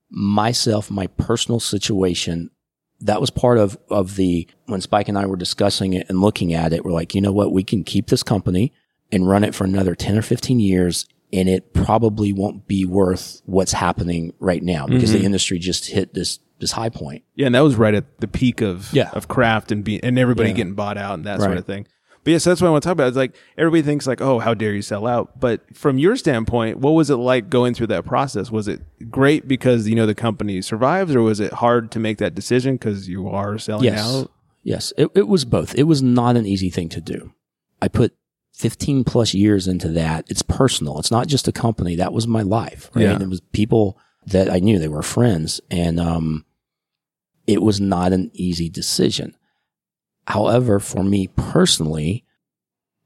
Speaker 7: myself, my personal situation, that was part of, of the, when Spike and I were discussing it and looking at it, we're like, you know what? We can keep this company and run it for another 10 or 15 years. And it probably won't be worth what's happening right now because the industry just hit this, this high point.
Speaker 6: yeah, and that was right at the peak of
Speaker 7: Yeah.
Speaker 6: of craft and be, and everybody
Speaker 7: Yeah.
Speaker 6: getting bought out and that
Speaker 7: Right.
Speaker 6: sort of thing. But yeah, so that's what I want to talk about. It's like everybody thinks like, oh, how dare you sell out? But from your standpoint, what was it like going through that process? Was it great because you know the company survives, or was it hard to make that decision because you are selling
Speaker 7: Yes.
Speaker 6: out?
Speaker 7: Yes. It, it was both. It was not an easy thing to do. I put 15 plus years into that. It's personal. It's not just a company. That was my life. Right.
Speaker 6: Yeah.
Speaker 7: And it was people that I knew. They were friends. And, um, it was not an easy decision. However, for me personally,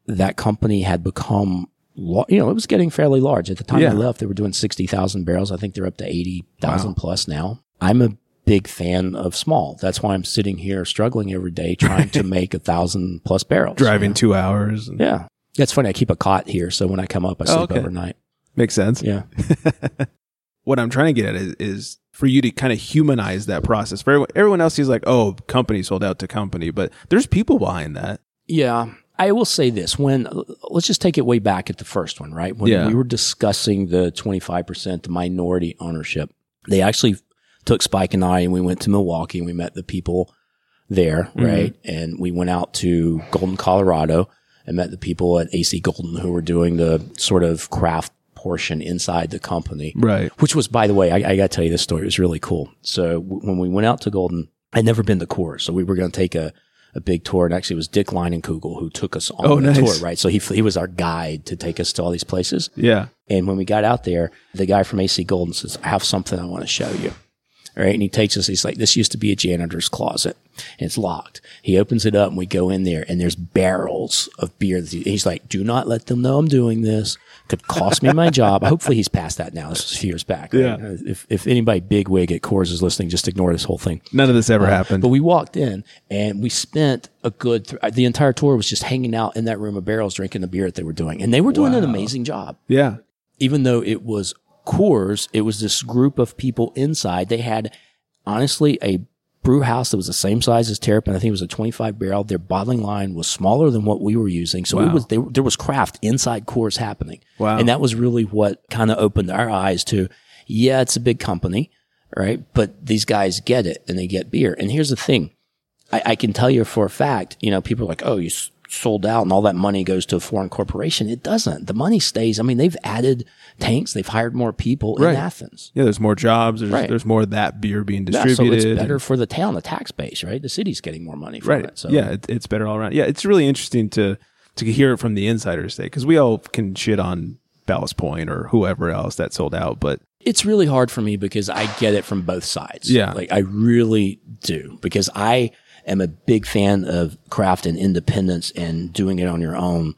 Speaker 7: that company had become, lar- you know, it was getting fairly large. At the time
Speaker 6: Yeah.
Speaker 7: I left, they were doing 60,000 barrels. I think they're up to 80,000 plus now. I'm a big fan of small. That's why I'm sitting here struggling every day trying to make a thousand plus barrels.
Speaker 6: Driving two hours and-
Speaker 7: Yeah. That's funny. I keep a cot here. So when I come up, I sleep
Speaker 6: okay.
Speaker 7: overnight.
Speaker 6: makes sense.
Speaker 7: Yeah.
Speaker 6: what I'm trying to get at is, is for you to kind of humanize that process. For everyone, everyone else, he's like, oh, company sold out to company, but there's people behind that.
Speaker 7: Yeah. I will say this when let's just take it way back at the first one, right? When
Speaker 6: Yeah.
Speaker 7: we were discussing the 25% the minority ownership, they actually took Spike and I and we went to Milwaukee and we met the people there,
Speaker 6: Mm-hmm.
Speaker 7: right? And we went out to Golden, Colorado and met the people at AC Golden who were doing the sort of craft portion inside the company.
Speaker 6: Right.
Speaker 7: Which was, by the way, I, I got to tell you this story. It was really cool. So w- when we went out to Golden, I'd never been to Coors, so we were going to take a, a big tour. And actually, it was Dick Leinenkugel who took us on
Speaker 6: Oh,
Speaker 7: the
Speaker 6: nice.
Speaker 7: tour, right? So he f- he was our guide to take us to all these places.
Speaker 6: Yeah.
Speaker 7: And when we got out there, the guy from AC Golden says, "I have something I want to show you." All right, and he takes us. He's like, "This used to be a janitor's closet, and it's locked." He opens it up, and we go in there, and there's barrels of beer. that he- He's like, "Do not let them know I'm doing this. Could cost me my job." Hopefully, he's past that now. This was a few years back. right? Uh,
Speaker 6: Yeah.
Speaker 7: If if anybody bigwig at Coors is listening, just ignore this whole thing.
Speaker 6: None of this ever
Speaker 7: But
Speaker 6: happened.
Speaker 7: we walked in and we spent a good th- the entire tour was just hanging out in that room of barrels, drinking the beer that they were doing, and they were doing an amazing job
Speaker 6: Yeah.
Speaker 7: even though it was Coors, it was this group of people inside. They had honestly a brew house that was the same size as Terrapin. I think it was a 25 barrel. Their bottling line was smaller than what we were using. So it was, they, there was craft inside Coors happening.
Speaker 6: Wow.
Speaker 7: And that was really what kind of opened our eyes to, yeah, it's a big company, right? But these guys get it and they get beer. And here's the thing. I, I can tell you for a fact, you know, people are like, oh, you s- sold out and all that money goes to a foreign corporation. It doesn't. The money stays. I mean, they've added tanks, they've hired more people
Speaker 6: Right.
Speaker 7: in Athens.
Speaker 6: Yeah. There's more jobs. There's,
Speaker 7: Right.
Speaker 6: there's more of that beer being
Speaker 7: Yeah, so
Speaker 6: distributed.
Speaker 7: it's better for the town, the tax base, right? The city's getting more money from
Speaker 6: right.
Speaker 7: it. So
Speaker 6: Yeah. It, it's better all around. Yeah. It's really interesting to, to hear it from the insider's take because we all can shit on Ballast Point or whoever else that sold out, but
Speaker 7: it's really hard for me because I get it from both sides.
Speaker 6: Yeah.
Speaker 7: Like I really do because I am a big fan of craft and independence and doing it on your own.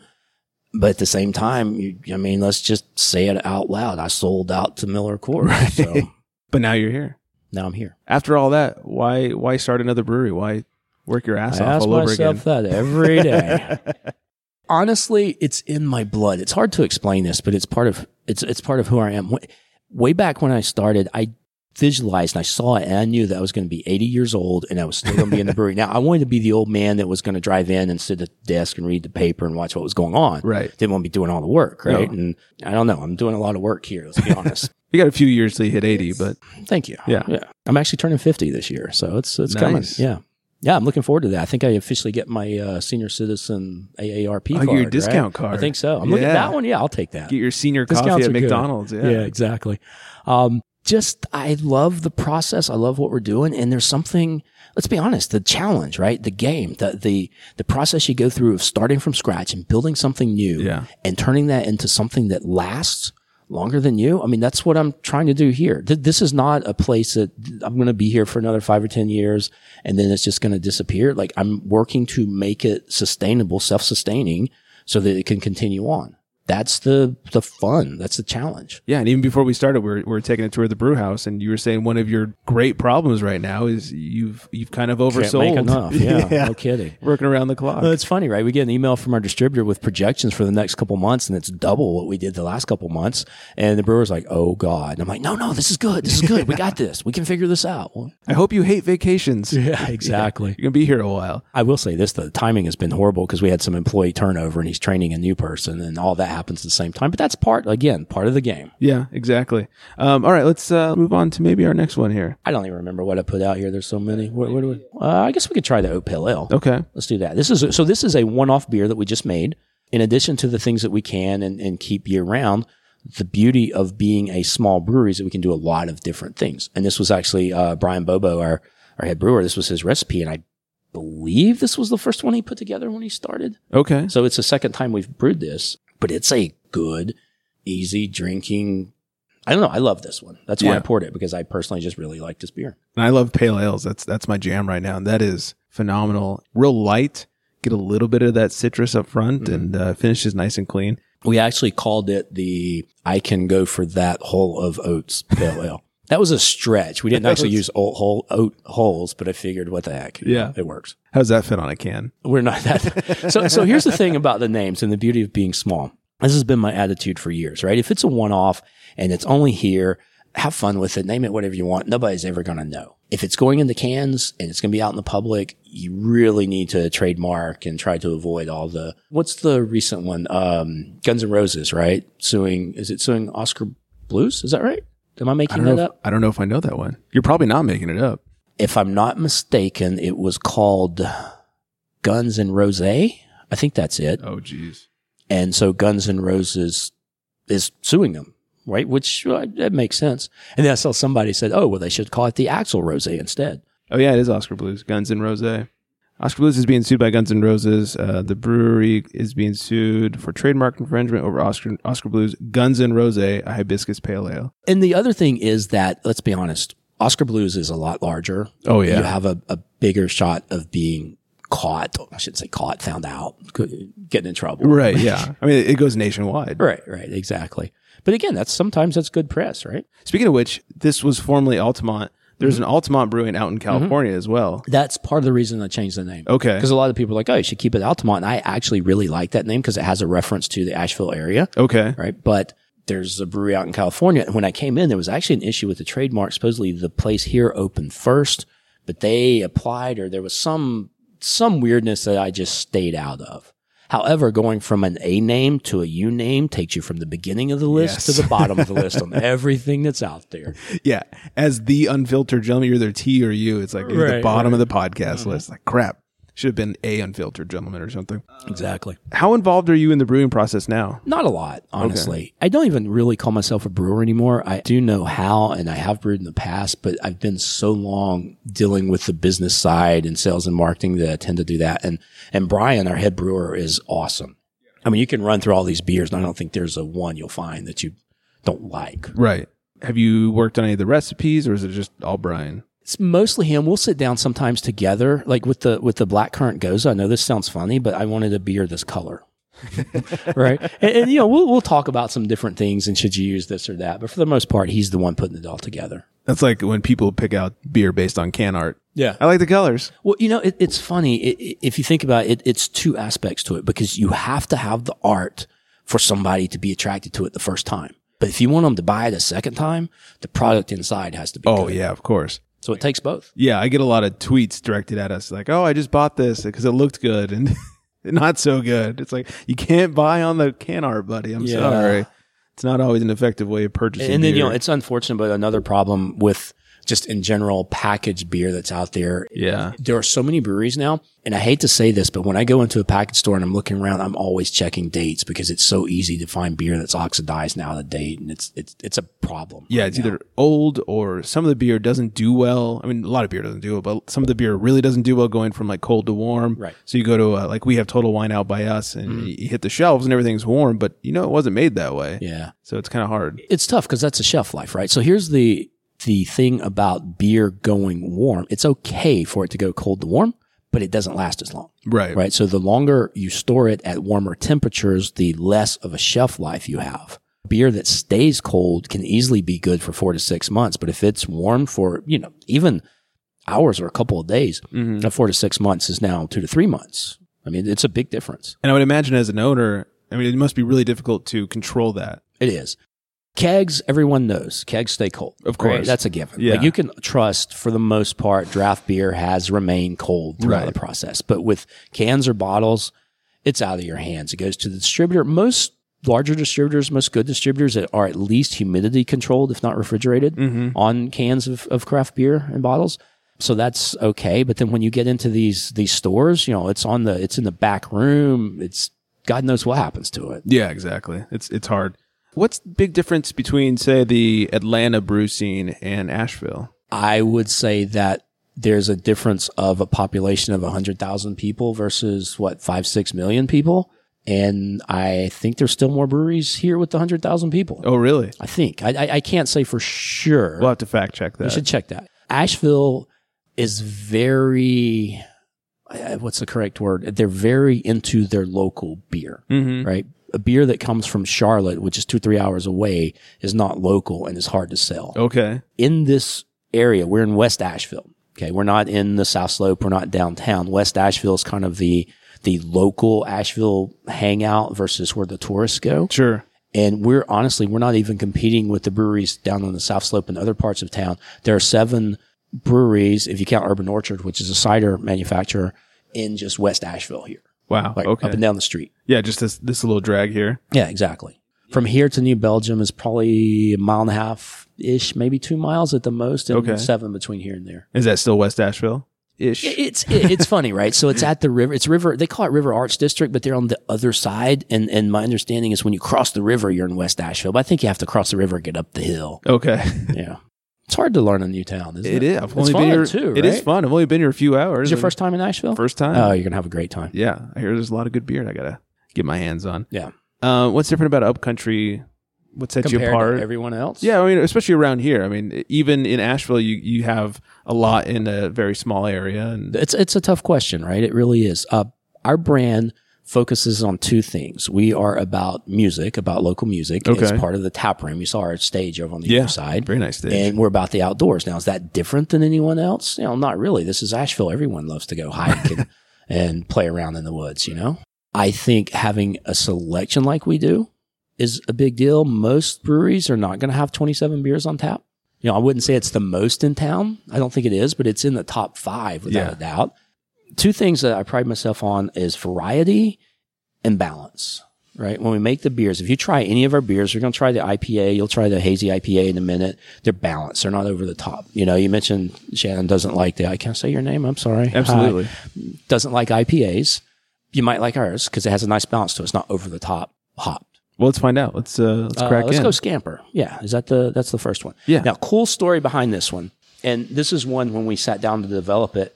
Speaker 7: But at the same time, you, I mean, let's just say it out loud. I sold out to Miller Coors. So
Speaker 6: but now you're here.
Speaker 7: now I'm here.
Speaker 6: After all that, why why start another brewery? Why work your ass
Speaker 7: I
Speaker 6: off
Speaker 7: ask
Speaker 6: all over
Speaker 7: myself
Speaker 6: again?
Speaker 7: that every day. <laughs> Honestly, it's in my blood. It's hard to explain this, but it's part of it's it's part of who I am. Way- Way back when I started, I visualized and I saw it, and I knew that I was going to be 80 years old, and I was still going to be <laughs> in the brewery. Now, I wanted to be the old man that was going to drive in and sit at the desk and read the paper and watch what was going on.
Speaker 6: Right.
Speaker 7: Didn't want to be doing all the work, right?
Speaker 6: No.
Speaker 7: And I don't know. I'm doing a lot of work here. Let's be honest.
Speaker 6: You got a few years till you hit 80, but
Speaker 7: Thank you.
Speaker 6: Yeah.
Speaker 7: yeah. I'm actually turning 50 this year, so it's it's coming.
Speaker 6: Nice.
Speaker 7: Yeah. Yeah, I'm looking forward to that. I think I officially get my uh, senior citizen AARP
Speaker 6: Oh,
Speaker 7: card.
Speaker 6: your
Speaker 7: right?
Speaker 6: discount card.
Speaker 7: I think so. I'm looking at
Speaker 6: Yeah.
Speaker 7: that one. Yeah, I'll take that.
Speaker 6: Get your senior coffee
Speaker 7: Discounts
Speaker 6: at
Speaker 7: are good.
Speaker 6: McDonald's. Yeah.
Speaker 7: exactly. Um, just I love the process. I love what we're doing, and there's something. Let's be honest, the challenge, right? The game, the the the process you go through of starting from scratch and building something new,
Speaker 6: Yeah.
Speaker 7: and turning that into something that lasts longer than you. I mean, that's what I'm trying to do here. Th- this is not a place that I'm going to be here for another five or ten years, and then it's just going to disappear. Like I'm working to make it sustainable, self sustaining, so that it can continue on. That's the the fun. That's the challenge.
Speaker 6: Yeah, and even before we started, we were, we were taking a tour of the brew house, and you were saying one of your great problems right now is you've you've kind of
Speaker 7: Can't
Speaker 6: oversold.
Speaker 7: make
Speaker 6: <laughs>
Speaker 7: enough. <laughs> Yeah, no kidding.
Speaker 6: Working around the clock.
Speaker 7: Well, it's funny, right? We get an email from our distributor with projections for the next couple months, and it's double what we did the last couple months. And the brewer's like, "Oh God!" And I'm like, "No, no, this is good. This is good. We got this. We can figure this out." Well,
Speaker 6: I hope you hate vacations.
Speaker 7: <laughs> yeah, exactly.
Speaker 6: You're gonna be here a while.
Speaker 7: I will say this: though, the timing has been horrible because we had some employee turnover, and he's training a new person, and all that happens at the same time. But that's part, again, part of the game.
Speaker 6: Yeah, exactly. Um, all right, let's uh, move on to maybe our next one here.
Speaker 7: I don't even remember what I put out here. There's so many. What, what do we? Uh, I guess we could try the oat pale ale.
Speaker 6: Okay.
Speaker 7: Let's do that. This is a, so. This is a one-off beer that we just made. In addition to the things that we can and, and keep year-round, the beauty of being a small brewery is that we can do a lot of different things. And this was actually uh, Brian Bobo, our our head brewer. This was his recipe, and I believe this was the first one he put together when he started.
Speaker 6: Okay.
Speaker 7: So it's the second time we've brewed this, but it's a good, easy drinking. I don't know. I love this one. That's why
Speaker 6: Yeah.
Speaker 7: I poured it because I personally just really like this beer.
Speaker 6: And I love pale ales. That's that's my jam right now, and that is phenomenal. Real light. Get a little bit of that citrus up front,
Speaker 7: Mm-hmm.
Speaker 6: and uh, finishes nice and clean.
Speaker 7: We actually called it the I can go for that hole of oats pale ale. That was a stretch. We didn't actually use oat, hole, oat holes, but I figured what the heck.
Speaker 6: Yeah.
Speaker 7: It works.
Speaker 6: How does that fit on a can?
Speaker 7: We're
Speaker 6: <laughs>
Speaker 7: not that. so, so here's the thing about the names and the beauty of being small. This has been my attitude for years, right? If it's a one off and it's only here, have fun with it. Name it whatever you want. Nobody's ever going to know. If it's going into cans and it's going to be out in the public, you really need to trademark and try to avoid all the, what's the recent one? Um, Guns N' Roses, right? Suing, is it suing Oscar Blues? Is that right? Am I
Speaker 6: I
Speaker 7: making
Speaker 6: don't
Speaker 7: that
Speaker 6: know. If,
Speaker 7: up?
Speaker 6: I don't know if I know that one. You're probably not making it up.
Speaker 7: if I'm not mistaken, it was called Guns and Rose. I think that's it.
Speaker 6: Oh, jeez.
Speaker 7: And so Guns N' Roses is suing them, right? Which uh, that makes sense. And then I saw somebody said, oh, well, they should call it the Axel Rose instead.
Speaker 6: Oh yeah, it is Oscar Blues, Guns N' Roses. Oscar Blues is being sued by Guns N' Roses. Uh, the brewery is being sued for trademark infringement over Oscar Oscar Blues Guns N' Roses a hibiscus pale ale.
Speaker 7: And the other thing is that, let's be honest, Oscar Blues is a lot larger.
Speaker 6: Oh, yeah.
Speaker 7: You have a, a bigger shot of being caught. I shouldn't say caught, found out, getting in trouble.
Speaker 6: Right. Yeah. <laughs> I mean, it goes nationwide.
Speaker 7: Right, right, exactly. But again, that's sometimes that's good press, right?
Speaker 6: Speaking of which, this was formerly Altamont. There's an Altamont brewing out in California as well.
Speaker 7: That's part of the reason I changed the name.
Speaker 6: Okay.
Speaker 7: Because a lot of people are like, oh, you should keep it Altamont. And I actually really like that name because it has a reference to the Asheville area,
Speaker 6: Okay.
Speaker 7: right? But there's a brewery out in California. And when I came in, there was actually an issue with the trademark. Supposedly the place here opened first, but they applied or there was some, some weirdness that I just stayed out of. However, going from an A name to a U name takes you from the beginning of the list
Speaker 6: Yes.
Speaker 7: to the bottom of the list on everything that's out there.
Speaker 6: Yeah. As the unfiltered gentleman, you're either T or U. It's like you're the
Speaker 7: Right, Mm-hmm.
Speaker 6: bottom of the podcast list. Like crap. Should have been a unfiltered gentleman or something.
Speaker 7: Exactly.
Speaker 6: How involved are you in the brewing process now?
Speaker 7: Not a lot, honestly. I don't even really call myself a brewer anymore. I do know how, and I have brewed in the past, but I've been so long dealing with the business side and sales and marketing that I tend to do that. And and Brian, our head brewer, is awesome. I mean, you can run through all these beers, and I don't think there's a one you'll find that you don't like.
Speaker 6: Right. Have you worked on any of the recipes or is it just all Brian?
Speaker 7: It's mostly him. We'll sit down sometimes together, like with the with the blackcurrant goza. I know this sounds funny, but I wanted a beer this color, <laughs> right? And, and you know, we'll we'll talk about some different things and should you use this or that. But for the most part, he's the one putting it all together.
Speaker 6: That's like when people pick out beer based on can art.
Speaker 7: Yeah.
Speaker 6: I like the colors.
Speaker 7: Uh, Well, you know, it, it's funny i i- if you think about it. It's two aspects to it because you have to have the art for somebody to be attracted to it the first time. But if you want them to buy it a second time, the product inside has to be.
Speaker 6: Oh,
Speaker 7: good.
Speaker 6: yeah, of course.
Speaker 7: So it takes both.
Speaker 6: Yeah, I get a lot of tweets directed at us like, oh, I just bought this because it looked good and <laughs> not so good. It's like, you can't buy on the can art, buddy. I'm
Speaker 7: Yeah.
Speaker 6: sorry. It's not always an effective way of purchasing
Speaker 7: and then you know
Speaker 6: beer.
Speaker 7: it's unfortunate but another problem with just in general packaged beer that's out there.
Speaker 6: Yeah.
Speaker 7: There are so many breweries now. And I hate to say this, but when I go into a package store and I'm looking around, I'm always checking dates because it's so easy to find beer that's oxidized and out of date. And it's, it's, it's a problem.
Speaker 6: Yeah, it's either old or some of the beer doesn't do well. I mean, a lot of beer doesn't do well, but some of the beer really doesn't do well going from like cold to warm.
Speaker 7: Right.
Speaker 6: So you go to uh, like we have Total Wine out by us, and you hit the shelves and everything's warm, but you know it wasn't made that way.
Speaker 7: Yeah.
Speaker 6: So it's kind of hard.
Speaker 7: it's tough because that's a shelf life, right? So here's the the thing about beer going warm. It's okay for it to go cold to warm, but it doesn't last as long.
Speaker 6: Right.
Speaker 7: Right. So the longer you store it at warmer temperatures, the less of a shelf life you have. Beer that stays cold can easily be good for four to six months, but if it's warm for, you know, even hours or a couple of days, a four to six months is now two to three months. I mean, it's a big difference.
Speaker 6: And I would imagine as an owner, I mean, it must be really difficult to control that.
Speaker 7: It is. Kegs, everyone knows. Kegs stay cold.
Speaker 6: Of course.
Speaker 7: That's a given.
Speaker 6: Yeah.
Speaker 7: Like you can trust for the most part, draft beer has remained cold throughout
Speaker 6: Right.
Speaker 7: the process. But with cans or bottles, it's out of your hands. It goes to the distributor. Most larger distributors, most good distributors that are at least humidity controlled, if not refrigerated,
Speaker 6: Mm-hmm.
Speaker 7: on cans of, of craft beer and bottles. So that's okay. But then when you get into these these stores, you know, it's on the it's in the back room. It's God knows what happens to it.
Speaker 6: Yeah, exactly. It's it's hard. What's the big difference between say the Atlanta brew scene and Asheville?
Speaker 7: I would say that there's a difference of a population of 100,000 people versus what, five, six million people. And I think there's still more breweries here with the 100,000 people.
Speaker 6: Oh, really?
Speaker 7: I think. I, I, I can't say for sure.
Speaker 6: We'll have to fact check
Speaker 7: You
Speaker 6: that.
Speaker 7: should check that. Asheville is very, uh, what's the correct word? They're very into their local beer, right? A beer that comes from Charlotte, which is two, three hours away, is not local and is hard to sell
Speaker 6: okay.
Speaker 7: in this area, we're in West Asheville. Okay. We're not in the South Slope. We're not downtown. West Asheville is kind of the, the local Asheville hangout versus where the tourists go.
Speaker 6: Sure.
Speaker 7: And we're honestly, we're not even competing with the breweries down on the South Slope and other parts of town. There are seven breweries, if you count Urban Orchard, which is a cider manufacturer in just West Asheville here,
Speaker 6: Wow.
Speaker 7: like
Speaker 6: okay.
Speaker 7: up and down the street.
Speaker 6: Yeah, just this this little drag here.
Speaker 7: Yeah, exactly. From here to New Belgium is probably a mile and a half ish, maybe two miles at the most, and
Speaker 6: Okay.
Speaker 7: seven between here and there.
Speaker 6: Is that still West Asheville?
Speaker 7: It-
Speaker 6: Ish.
Speaker 7: It's it- it's funny, right? So it's at the river. It's river. They call it River Arts District, but they're on the other side. And and my understanding is when you cross the river, you're in West Asheville. But I think you have to cross the river and get up the hill.
Speaker 6: Okay.
Speaker 7: Yeah, it's hard to learn a new town, isn't <laughs>
Speaker 6: It
Speaker 7: it?
Speaker 6: is. I've
Speaker 7: It's
Speaker 6: only
Speaker 7: fun
Speaker 6: been here,
Speaker 7: too.
Speaker 6: It is
Speaker 7: right?
Speaker 6: fun. I've only been here a few hours.
Speaker 7: Is your
Speaker 6: and-
Speaker 7: first time in Asheville?
Speaker 6: first time?
Speaker 7: Oh, you're gonna have a great time.
Speaker 6: yeah. I hear there's a lot of good beer that I gotta get my hands on.
Speaker 7: Yeah.
Speaker 6: Uh, what's different about Upcountry? What sets you
Speaker 7: Compared
Speaker 6: apart?
Speaker 7: to everyone else.
Speaker 6: yeah, I mean, especially around here. I mean, even in Asheville, you you have a lot in a very small area, and
Speaker 7: It's it's a tough question, right? It really is. Uh, our brand focuses on two things. We are about music, about local music. It's
Speaker 6: Okay.
Speaker 7: part of the tap room. You saw our stage over on the
Speaker 6: Yeah.
Speaker 7: other side.
Speaker 6: Very nice stage.
Speaker 7: And we're about the outdoors. Now, is that different than anyone else? You know, not really. This is Asheville. Everyone loves to go hike and, and play around in the woods, you know? I think having a selection like we do is a big deal. Most breweries are not going to have 27 beers on tap. You know, I wouldn't say it's the most in town. I don't think it is, but it's in the top five without
Speaker 6: Yeah.
Speaker 7: a doubt. Two things that I pride myself on is variety and balance, right? When we make the beers, if you try any of our beers, you're going to try the IPA, you'll try the hazy IPA in a minute. They're balanced. They're not over the top. You know, you mentioned Shannon doesn't like the, I can't say your name. I'm sorry.
Speaker 6: absolutely,
Speaker 7: Hi. Doesn't like IPAs. You might like ours because it has a nice balance to it. It's not over the top hopped.
Speaker 6: well, let's find out. Let's uh, let's
Speaker 7: Uh,
Speaker 6: crack
Speaker 7: let's
Speaker 6: in.
Speaker 7: go scamper. Yeah, is that the that's the first one.
Speaker 6: Yeah.
Speaker 7: Now, cool story behind this one, and this is one when we sat down to develop it.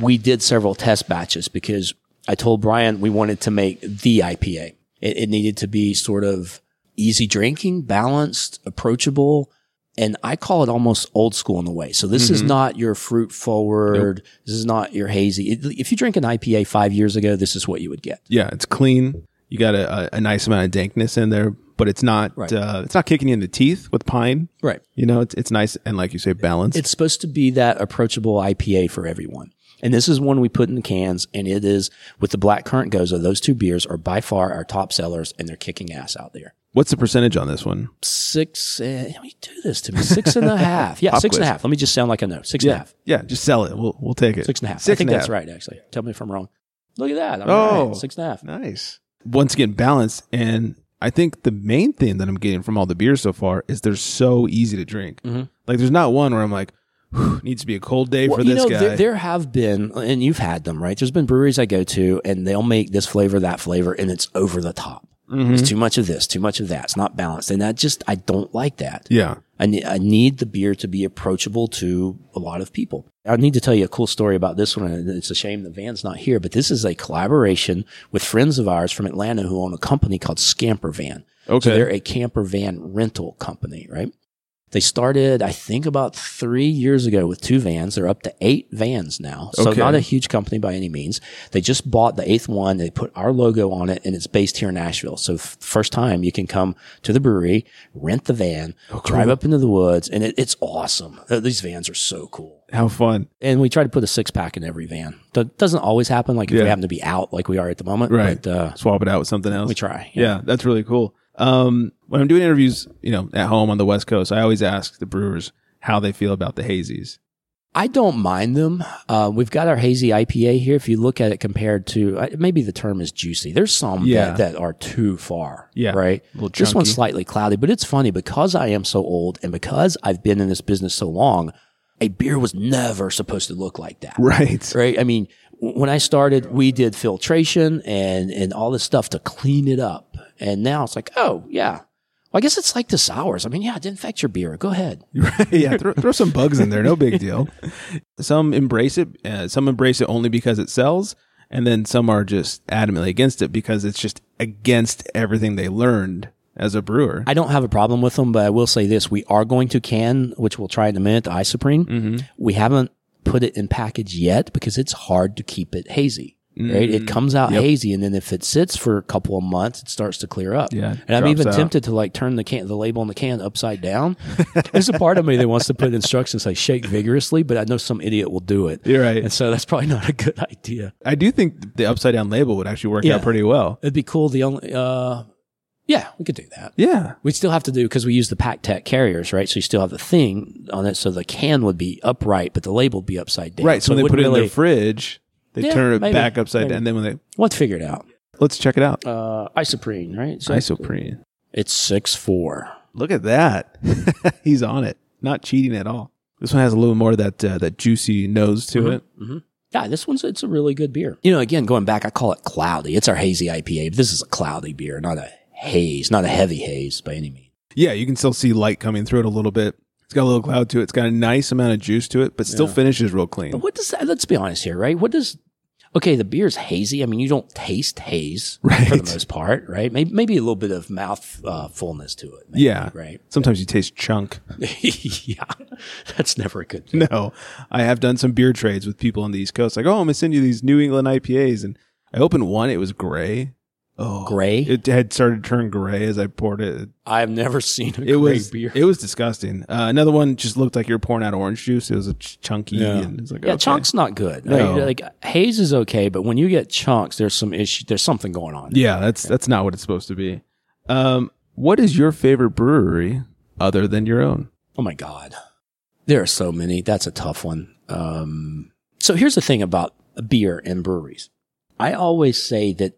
Speaker 7: We did several test batches because I told Brian we wanted to make the IPA. It, it needed to be sort of easy drinking, balanced, approachable, and I call it almost old school in a way. So this is
Speaker 6: Mm-hmm.
Speaker 7: not your fruit forward. This is not your hazy. It- if you drink an IPA five years ago, this is what you would get.
Speaker 6: yeah, it's clean. You got a, a, a nice amount of dankness in there, but it's not
Speaker 7: Right.
Speaker 6: uh, it's not kicking you in the teeth with pine.
Speaker 7: Right.
Speaker 6: You know, it's it's nice and like you say, balanced.
Speaker 7: It's supposed to be that approachable IPA for everyone. And this is one we put in the cans, and it is with the black currant gozo. Those two beers are by far our top sellers, and they're kicking ass out there.
Speaker 6: What's the percentage on this one?
Speaker 7: Six, eh, let me do this to me. Six and
Speaker 6: <laughs>
Speaker 7: a half. Yeah, six and a half. Let me just sound like I know. Six and a half.
Speaker 6: Yeah, just sell it. We'll we'll take it.
Speaker 7: Six and a half. I
Speaker 6: Six
Speaker 7: think
Speaker 6: and a
Speaker 7: that's
Speaker 6: half.
Speaker 7: right, actually. Tell me if I'm wrong. Look at that. I'm
Speaker 6: Oh.
Speaker 7: right. Six and a half.
Speaker 6: Nice. Once again, balance. And I think the main
Speaker 7: Mm-hmm.
Speaker 6: thing that I'm getting from all the beers so far is they're so easy to drink. Like there's not one where I'm like, Needs to be a cold day for
Speaker 7: you
Speaker 6: this
Speaker 7: know,
Speaker 6: guy.
Speaker 7: There, there have been, and you've had them, right? There's been breweries I go to, and they'll make this flavor, that flavor, and it's over the top.
Speaker 6: Mm-hmm.
Speaker 7: It's too much of this, too much of that. It's not balanced, and that just I don't like that.
Speaker 6: yeah.
Speaker 7: I need, I need the beer to be approachable to a lot of people. I need to tell you a cool story about this one. and It's a shame that Van's not here, but this is a collaboration with friends of ours from Atlanta who own a company called Scamper Van.
Speaker 6: Okay.
Speaker 7: So they're a camper van rental company, right? They started, I think, about three years ago with two vans. They're up to eight vans now. So
Speaker 6: Okay.
Speaker 7: not a huge company by any means. They just bought the eighth one. They put our logo on it and it's based here in Nashville. So f- first time you can come to the brewery, rent the van,
Speaker 6: Oh,
Speaker 7: drive up into the woods and it, it's awesome. Uh, These vans are so cool.
Speaker 6: How fun.
Speaker 7: And we try to put a six pack in every van. That doesn't always happen. Like if
Speaker 6: Yeah.
Speaker 7: we happen to be out like we are at the moment,
Speaker 6: Right.
Speaker 7: but, uh,
Speaker 6: Swap it out with something else.
Speaker 7: we try.
Speaker 6: Yeah. that's really cool. Um, when I'm doing interviews, you know, at home on the West Coast, I always ask the brewers how they feel about the hazies.
Speaker 7: I don't mind them. Uh, we've got our hazy IPA here. If you look at it compared to uh, maybe the term is juicy. There's some
Speaker 6: Yeah.
Speaker 7: that, that are too far.
Speaker 6: Yeah.
Speaker 7: Right.
Speaker 6: A little
Speaker 7: This one's
Speaker 6: chunky.
Speaker 7: slightly cloudy, but it's funny because I am so old and because I've been in this business so long, a beer was never supposed to look like that.
Speaker 6: <laughs> Right.
Speaker 7: <laughs> Right. I mean, w- when I started, we did filtration and, and all this stuff to clean it up. And now it's like, oh, yeah. Well, I guess it's like the sours. I mean, yeah, it didn't affect your beer. Go ahead.
Speaker 6: yeah, throw, throw some bugs in there, no big
Speaker 7: <laughs>
Speaker 6: deal. Some embrace it, uh, some embrace it only because it sells, and then some are just adamantly against it because it's just against everything they learned as a brewer.
Speaker 7: I don't have a problem with them, but I will say this: we are going to can, which we'll try in a minute, the Isoprene.
Speaker 6: Mm-hmm.
Speaker 7: We haven't put it in package yet because it's hard to keep it hazy. Right,
Speaker 6: Mm-hmm.
Speaker 7: it comes out hazy, and then if it sits for a couple of months, it starts to clear up.
Speaker 6: Yeah, it
Speaker 7: and I'm
Speaker 6: drops
Speaker 7: even
Speaker 6: out.
Speaker 7: tempted to like turn the can, the label on the can upside down. <laughs> There's a part of me that wants to put instructions like shake vigorously, but I know some idiot will do it.
Speaker 6: You're right.
Speaker 7: and so that's probably not a good <laughs> idea.
Speaker 6: I do think the upside down label would actually work
Speaker 7: Yeah.
Speaker 6: out pretty well.
Speaker 7: It'd be cool. The only, uh, yeah, we could do that.
Speaker 6: Yeah,
Speaker 7: We'd still have to do because we use the Pactec carriers, right? So you still have the thing on it, so the can would be upright, but the label would be upside down.
Speaker 6: right. So, when they
Speaker 7: wouldn't
Speaker 6: put it in
Speaker 7: really,
Speaker 6: their fridge, they
Speaker 7: Yeah,
Speaker 6: turn it
Speaker 7: maybe,
Speaker 6: back upside
Speaker 7: maybe.
Speaker 6: down, and then when they
Speaker 7: Let's figure it out.
Speaker 6: let's check it out.
Speaker 7: Uh, isoprene, right? So
Speaker 6: Isoprene.
Speaker 7: It's six four.
Speaker 6: Look at that. <laughs> He's on it. Not cheating at all. This one has a little more of that uh, that juicy nose to
Speaker 7: Mm-hmm.
Speaker 6: it.
Speaker 7: Yeah, this one's it's a really good beer. You know, again, going back, I call it cloudy. It's our hazy IPA, but this is a cloudy beer, not a haze, not a heavy haze by any means.
Speaker 6: Yeah, you can still see light coming through it a little bit. It's got a little cloud to it. It's got a nice amount of juice to it, but still finishes real clean.
Speaker 7: What does that? Let's be honest here, right? What does? Okay, the beer's hazy. I mean, you don't taste haze for
Speaker 6: Right.
Speaker 7: the most part, right? Maybe, maybe a little bit of mouth uh, fullness to it. maybe,
Speaker 6: Yeah.
Speaker 7: right.
Speaker 6: Sometimes you taste chunk. <laughs>
Speaker 7: <laughs> yeah, that's never a good. Thing.
Speaker 6: No, I have done some beer trades with people on the East Coast. Like, oh, I'm going to send you these New England IPAs. And I opened one. It was gray. Oh,
Speaker 7: Gray?
Speaker 6: It had started to turn gray as I poured it.
Speaker 7: I've never seen a
Speaker 6: It was
Speaker 7: beer.
Speaker 6: it was disgusting. Uh, another one just looked like you were pouring out orange juice. It was a ch- chunky. And it's like,
Speaker 7: yeah,
Speaker 6: okay.
Speaker 7: chunk's not good.
Speaker 6: No.
Speaker 7: right? Like haze is okay, but when you get chunks, there's some issue. There's something going on.
Speaker 6: Yeah, that's that's not what it's supposed to be. Um, what is your favorite brewery other than your own?
Speaker 7: Oh my God. There are so many. That's a tough one. Um, so here's the thing about beer and breweries. I always say that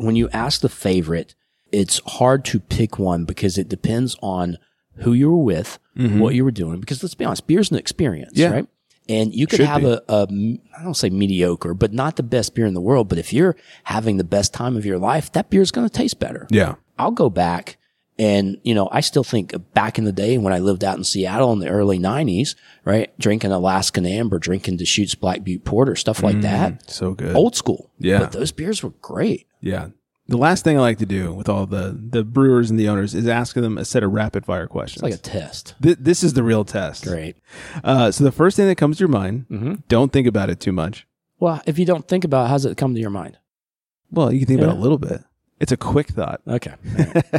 Speaker 7: when you ask the favorite, it's hard to pick one because it depends on who you were with, what you were doing. Because let's be honest, beer's an experience,
Speaker 6: Mm-hmm. Yeah.
Speaker 7: right? And you could
Speaker 6: Should
Speaker 7: have
Speaker 6: be.
Speaker 7: a, a, m- I don't say mediocre, but not the best beer in the world. But if you're having the best time of your life, that beer's going to taste better.
Speaker 6: Yeah.
Speaker 7: I'll go back and, you know, I still think back in the day when I lived out in Seattle in the early nineties, right? Drinking Alaskan Amber, drinking Deschutes Black Butte Porter, stuff like that.
Speaker 6: So Mm. good.
Speaker 7: Old school.
Speaker 6: Yeah.
Speaker 7: But those beers were great.
Speaker 6: Yeah. The last thing I like to do with all the the brewers and the owners is asking them a set of rapid fire questions.
Speaker 7: It's like a test.
Speaker 6: Th- this is the real test.
Speaker 7: Great. Mm-hmm.
Speaker 6: Uh, so the first thing that comes to your mind, don't think about it too much.
Speaker 7: Well, if you don't think about it, how's it come to your mind?
Speaker 6: Well, you can think about it
Speaker 7: Yeah.
Speaker 6: a little bit. It's a quick thought.
Speaker 7: Okay.
Speaker 6: <laughs>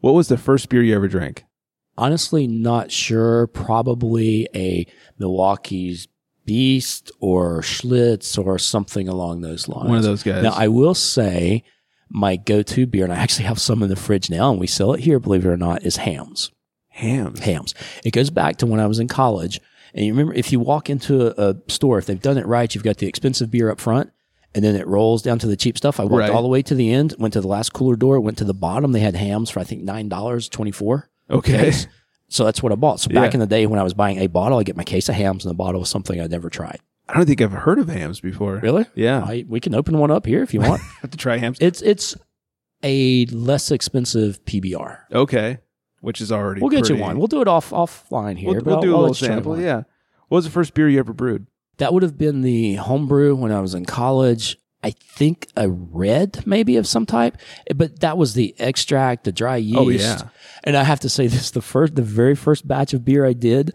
Speaker 6: What was the first beer you ever drank?
Speaker 7: Honestly, not sure. Probably a Milwaukee's Beast or Schlitz or something along those lines.
Speaker 6: One of those guys.
Speaker 7: Now, I will say my go to beer, and I actually have some in the fridge now, and we sell it here, believe it or not, is hams.
Speaker 6: Hams.
Speaker 7: Hams. It goes back to when I was in college. And you remember, if you walk into a, a store, if they've done it right, you've got the expensive beer up front. And then it rolls down to the cheap stuff. I walked
Speaker 6: Right.
Speaker 7: all the way to the end, went to the last cooler door, went to the bottom. They had hams for I think nine dollars twenty four.
Speaker 6: Okay.
Speaker 7: So that's what I bought. So back
Speaker 6: Yeah.
Speaker 7: in the day when I was buying a bottle, I get my case of hams and a bottle of something I'd never tried.
Speaker 6: I don't think I've heard of hams before.
Speaker 7: Really?
Speaker 6: Yeah. I
Speaker 7: I, we can open one up here if
Speaker 6: <laughs>
Speaker 7: you want.
Speaker 6: have to try hams.
Speaker 7: it's it's a less expensive PBR.
Speaker 6: Okay. Which is already
Speaker 7: We'll get
Speaker 6: pretty-
Speaker 7: you one. We'll do it off offline here.
Speaker 6: We'll,
Speaker 7: but
Speaker 6: we'll
Speaker 7: I'll-
Speaker 6: do a
Speaker 7: I'll
Speaker 6: little
Speaker 7: let you try
Speaker 6: sample.
Speaker 7: one.
Speaker 6: Yeah. What was the first beer you ever brewed?
Speaker 7: That would have been the homebrew when I was in college. I think a red, maybe of some type, but that was the extract, the dry yeast.
Speaker 6: Oh, yeah.
Speaker 7: And I have to say <laughs> this: the first, the very first batch of beer I did,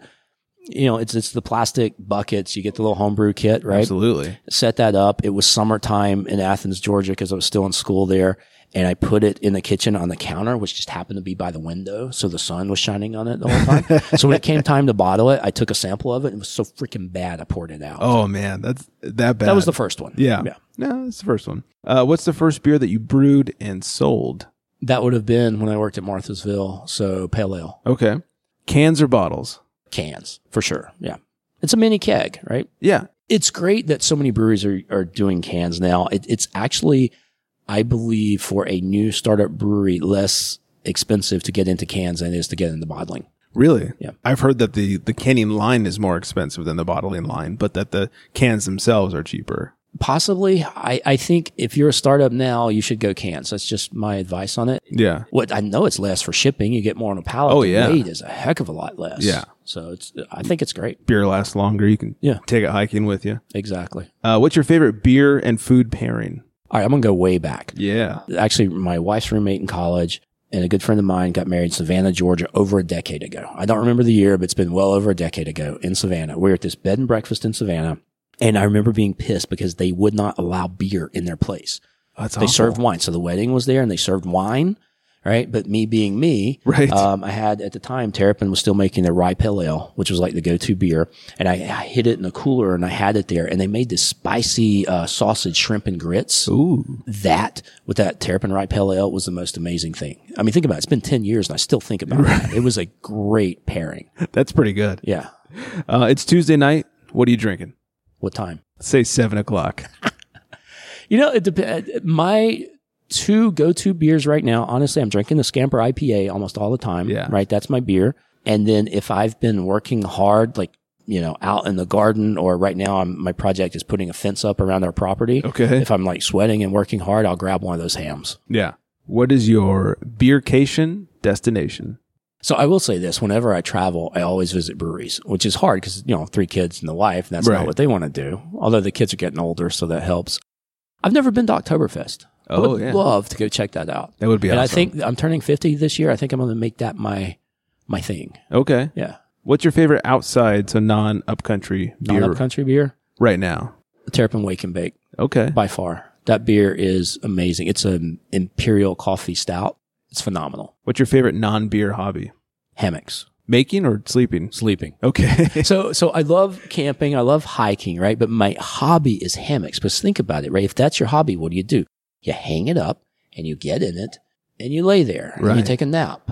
Speaker 7: you know, it's it's the plastic buckets. You get the little homebrew kit, right?
Speaker 6: Absolutely.
Speaker 7: set that up. It was summertime in Athens, Georgia, because I was still in school there. And I put it in the kitchen on the counter, which just happened to be by the window. So the sun was shining on it the whole
Speaker 6: <laughs>
Speaker 7: time. so when it came time to bottle it, I took a sample of it. and It was so freaking bad. I poured it out.
Speaker 6: Oh man, that's that bad.
Speaker 7: that was the first one.
Speaker 6: Yeah. No, that's the first one. Uh, what's the first beer that you brewed and sold?
Speaker 7: That would have been when I worked at Marthasville. So pale ale
Speaker 6: Okay. Cans or bottles?
Speaker 7: cans for sure. Yeah. It's a mini keg, right?
Speaker 6: Yeah.
Speaker 7: it's great that so many breweries are, are doing cans now. It, it's actually, I believe, for a new startup brewery, less expensive to get into cans than it is to get into bottling.
Speaker 6: Really?
Speaker 7: Yeah.
Speaker 6: I've heard that the the canning line is more expensive than the bottling line, but that the cans themselves are cheaper.
Speaker 7: Possibly, I, I think if you're a startup now, you should go cans. That's just my advice on it.
Speaker 6: Yeah.
Speaker 7: What I know it's less for shipping. You get more on a pallet.
Speaker 6: Oh,
Speaker 7: The
Speaker 6: yeah.
Speaker 7: weight is a heck of a lot less.
Speaker 6: Yeah.
Speaker 7: So it's I think it's great.
Speaker 6: Beer lasts longer. You can
Speaker 7: Yeah.
Speaker 6: take it hiking with you.
Speaker 7: Exactly.
Speaker 6: Uh, what's your favorite beer and food pairing?
Speaker 7: All right, I'm gonna go way back.
Speaker 6: Yeah.
Speaker 7: actually my wife's roommate in college and a good friend of mine got married in Savannah, Georgia over a decade ago. I don't remember the year, but it's been well over a decade ago in Savannah. We were at this bed and breakfast in Savannah. And I remember being pissed because they would not allow beer in their place.
Speaker 6: That's
Speaker 7: They served wine. So the wedding was there and they served wine, right? But me being me,
Speaker 6: Right.
Speaker 7: um, I had at the time Terrapin was still making their rye pale ale, which was like the go-to beer, and I, I hid it in a cooler and I had it there. And they made this spicy uh, sausage, shrimp, and grits. Ooh, that with that Terrapin rye pale ale was the most amazing thing. I mean, think about it. It's been ten years and I still think about it. It was a great pairing.
Speaker 6: That's pretty good.
Speaker 7: Yeah.
Speaker 6: Uh, it's Tuesday night. What are you drinking?
Speaker 7: What time?
Speaker 6: Let's say seven o'clock.
Speaker 7: You know, it depends. My two go-to beers right now, honestly, I'm drinking the Scamper IPA almost all the time.
Speaker 6: Yeah.
Speaker 7: Right. That's my beer. And then if I've been working hard, like, you know, out in the garden or right now I'm, my project is putting a fence up around our property.
Speaker 6: Okay.
Speaker 7: If I'm like sweating and working hard, I'll grab one of those hams.
Speaker 6: Yeah. What is your beercation destination?
Speaker 7: So I will say this, whenever I travel, I always visit breweries, which is hard because, you know, three kids and the wife, that's
Speaker 6: Right.
Speaker 7: not what they want to do. Although the kids are getting older, so that helps. I've never been to Oktoberfest. I
Speaker 6: Oh,
Speaker 7: would
Speaker 6: yeah.
Speaker 7: love to go check that out.
Speaker 6: That would be
Speaker 7: and
Speaker 6: awesome.
Speaker 7: I think I'm turning 50 this year. I think I'm going to make that my my thing.
Speaker 6: Okay.
Speaker 7: Yeah.
Speaker 6: What's your favorite outside, so non upcountry beer
Speaker 7: Non country beer,
Speaker 6: right now?
Speaker 7: Terrapin Wake and Bake
Speaker 6: Okay.
Speaker 7: by far. That beer is amazing. It's an imperial coffee stout. It's phenomenal.
Speaker 6: What's your favorite non beer hobby?
Speaker 7: Hammocks,
Speaker 6: Making or sleeping?
Speaker 7: sleeping.
Speaker 6: Okay. <laughs>
Speaker 7: So so I love camping, I love hiking, right? But my hobby is hammocks. But think about it, right? If that's your hobby, what do you do? You hang it up and you get in it and you lay there and you
Speaker 6: Right.
Speaker 7: take a nap.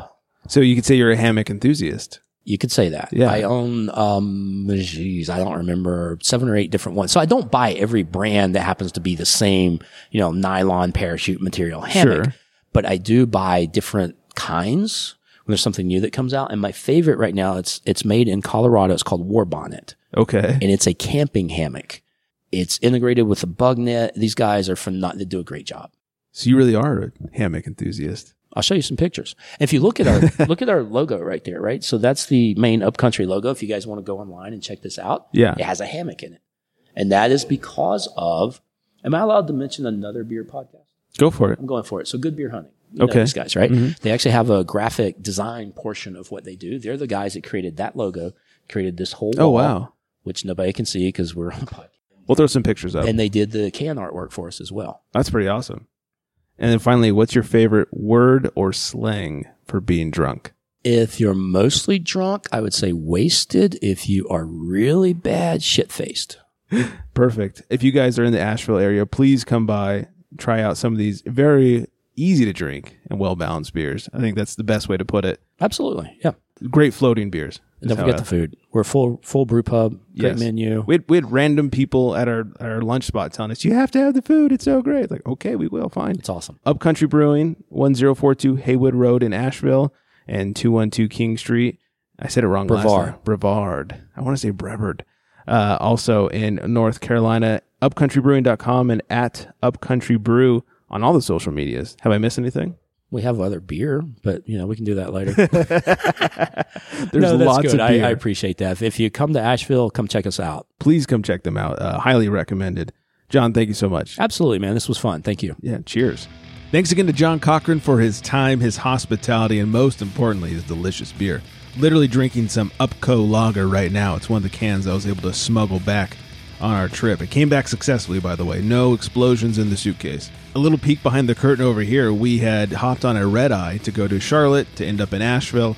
Speaker 6: so you could say you're a hammock enthusiast.
Speaker 7: You could say that.
Speaker 6: Yeah.
Speaker 7: I own, um, geez, I don't remember seven or eight different ones. So I don't buy every brand that happens to be the same, you know, nylon parachute material hammock,
Speaker 6: Sure.
Speaker 7: but I do buy different kinds when there's something new that comes out. And my favorite right now, it's, it's made in Colorado. It's called War Bonnet
Speaker 6: Okay.
Speaker 7: and it's a camping hammock. It's integrated with a bug net. These guys are from they do a great job.
Speaker 6: So you really are a hammock enthusiast.
Speaker 7: I'll show you some pictures. If you look at
Speaker 6: <laughs>
Speaker 7: our look at our logo right there, right? So that's the main upcountry logo. If you guys want to go online and check this out,
Speaker 6: Yeah.
Speaker 7: it has a hammock in it, and that is because of. Am I allowed to mention another beer podcast?
Speaker 6: Go for it.
Speaker 7: I'm going for it. So good beer hunting. You know
Speaker 6: Okay. Mm-hmm.
Speaker 7: these guys, right? They actually have a graphic design portion of what they do. They're the guys that created that logo, created this whole.
Speaker 6: Oh,
Speaker 7: wall,
Speaker 6: wow.
Speaker 7: Which nobody can see because we're on a podcast.
Speaker 6: We'll throw some pictures up.
Speaker 7: And they did the can artwork for us as well.
Speaker 6: That's pretty awesome. And then finally, what's your favorite word or slang for being drunk?
Speaker 7: If you're mostly drunk, I would say wasted. If you are really bad, shit faced.
Speaker 6: Perfect. If you guys are in the Asheville area, please come by, try out some of these very easy to drink and well balanced beers. I think that's the best way to put it.
Speaker 7: Absolutely. Yeah.
Speaker 6: Great floating beers.
Speaker 7: And don't
Speaker 6: How
Speaker 7: forget the
Speaker 6: about-
Speaker 7: food. We're full full brew pub, great
Speaker 6: Yes.
Speaker 7: menu.
Speaker 6: We had, we had random people at our at our lunch spot telling us, "You have to have the food. It's so great." Like, okay, we will. Fine.
Speaker 7: It's awesome.
Speaker 6: Upcountry Brewing, 1042 Haywood Road in Asheville and 212 King Street.
Speaker 8: I said it wrong. Last
Speaker 7: Brevard.
Speaker 8: time. Brevard. I want to say Brevard. Uh, also in North Carolina, upcountrybrewing.com and at upcountrybrew on all the social medias. Have I missed anything?
Speaker 7: We have other beer, but you know we can do that <laughs> later. There's
Speaker 8: There's lots of beer.
Speaker 7: I, I appreciate that. If you come to Asheville, come check us out.
Speaker 8: Please come check them out. Uh, highly recommended. John, thank you so much.
Speaker 7: Absolutely, man. This was fun. Thank you.
Speaker 8: Yeah, cheers. Thanks again to John Cochran for his time, his hospitality, and most importantly, his delicious beer. Literally drinking some Upco lager right now. It's one of the cans I was able to smuggle back on our trip. It came back successfully, by the way. No explosions in the suitcase. A little peek behind the curtain over here, we had hopped on a red eye to go to Charlotte to end up in Asheville.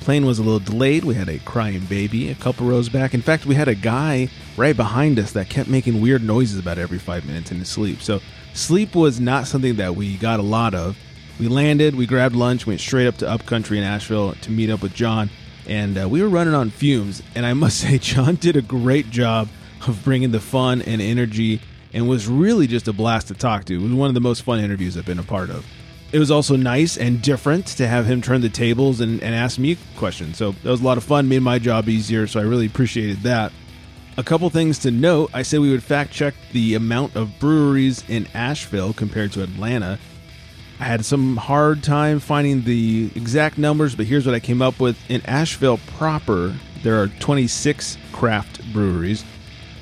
Speaker 8: Plane was a little delayed. We had a crying baby a couple rows back. In fact, we had a guy right behind us that kept making weird noises about every five minutes in his sleep. So, sleep was not something that we got a lot of. We landed, we grabbed lunch, went straight up to Upcountry in Asheville to meet up with John, and uh, we were running on fumes. And I must <laughs> say, John did a great job of bringing the fun and energy and was really just a blast to talk to. It was one of the most fun interviews I've been a part of it was also nice and different to have him turn the tables and, and ask me questions. So that was a lot of fun, made my job easier. So I really appreciated that. A couple things to note I said we would fact check the amount of breweries in Asheville compared to Atlanta. I had some hard time finding the exact numbers, but here's what I came up with. In Asheville proper, there are 26 craft breweries,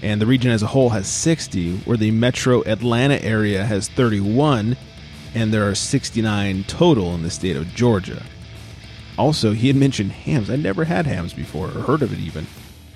Speaker 8: and the region as a whole has 60, where the metro Atlanta area has 31, and there are 69 total in the state of Georgia. Also, he had mentioned hams. I never had hams before or heard of it even.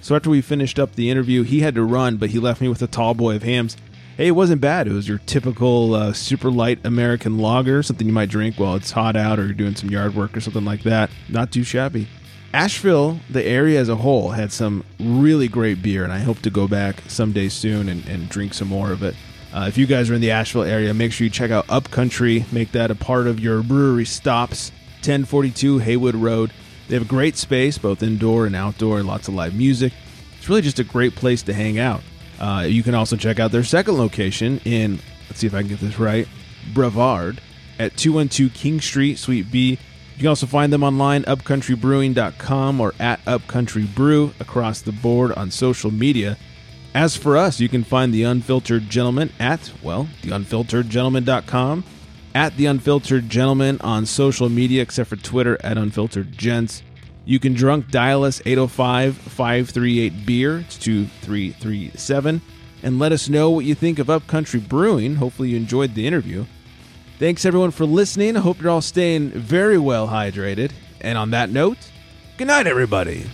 Speaker 8: So after we finished up the interview, he had to run, but he left me with a tall boy of hams. Hey, it wasn't bad. It was your typical uh, super light American lager, something you might drink while it's hot out or you're doing some yard work or something like that. Not too shabby. Asheville, the area as a whole, had some really great beer, and I hope to go back someday soon and, and drink some more of it. Uh, if you guys are in the Asheville area, make sure you check out Upcountry. Make that a part of your brewery stops. 1042 Haywood Road. They have a great space, both indoor and outdoor, and lots of live music. It's really just a great place to hang out. Uh, you can also check out their second location in, let's see if I can get this right, Brevard at 212 King Street, Suite B. You can also find them online, upcountrybrewing.com or at upcountrybrew across the board on social media. As for us, you can find The Unfiltered Gentleman at, well, theunfilteredgentleman.com, at The Unfiltered Gentleman on social media, except for Twitter, at Unfiltered Gents. You can drunk dial us 805 538 beer, E it's 2337, and let us know what you think of Upcountry Brewing. Hopefully, you enjoyed the interview. Thanks everyone for listening. I hope you're all staying very well hydrated. And on that note, good night, everybody.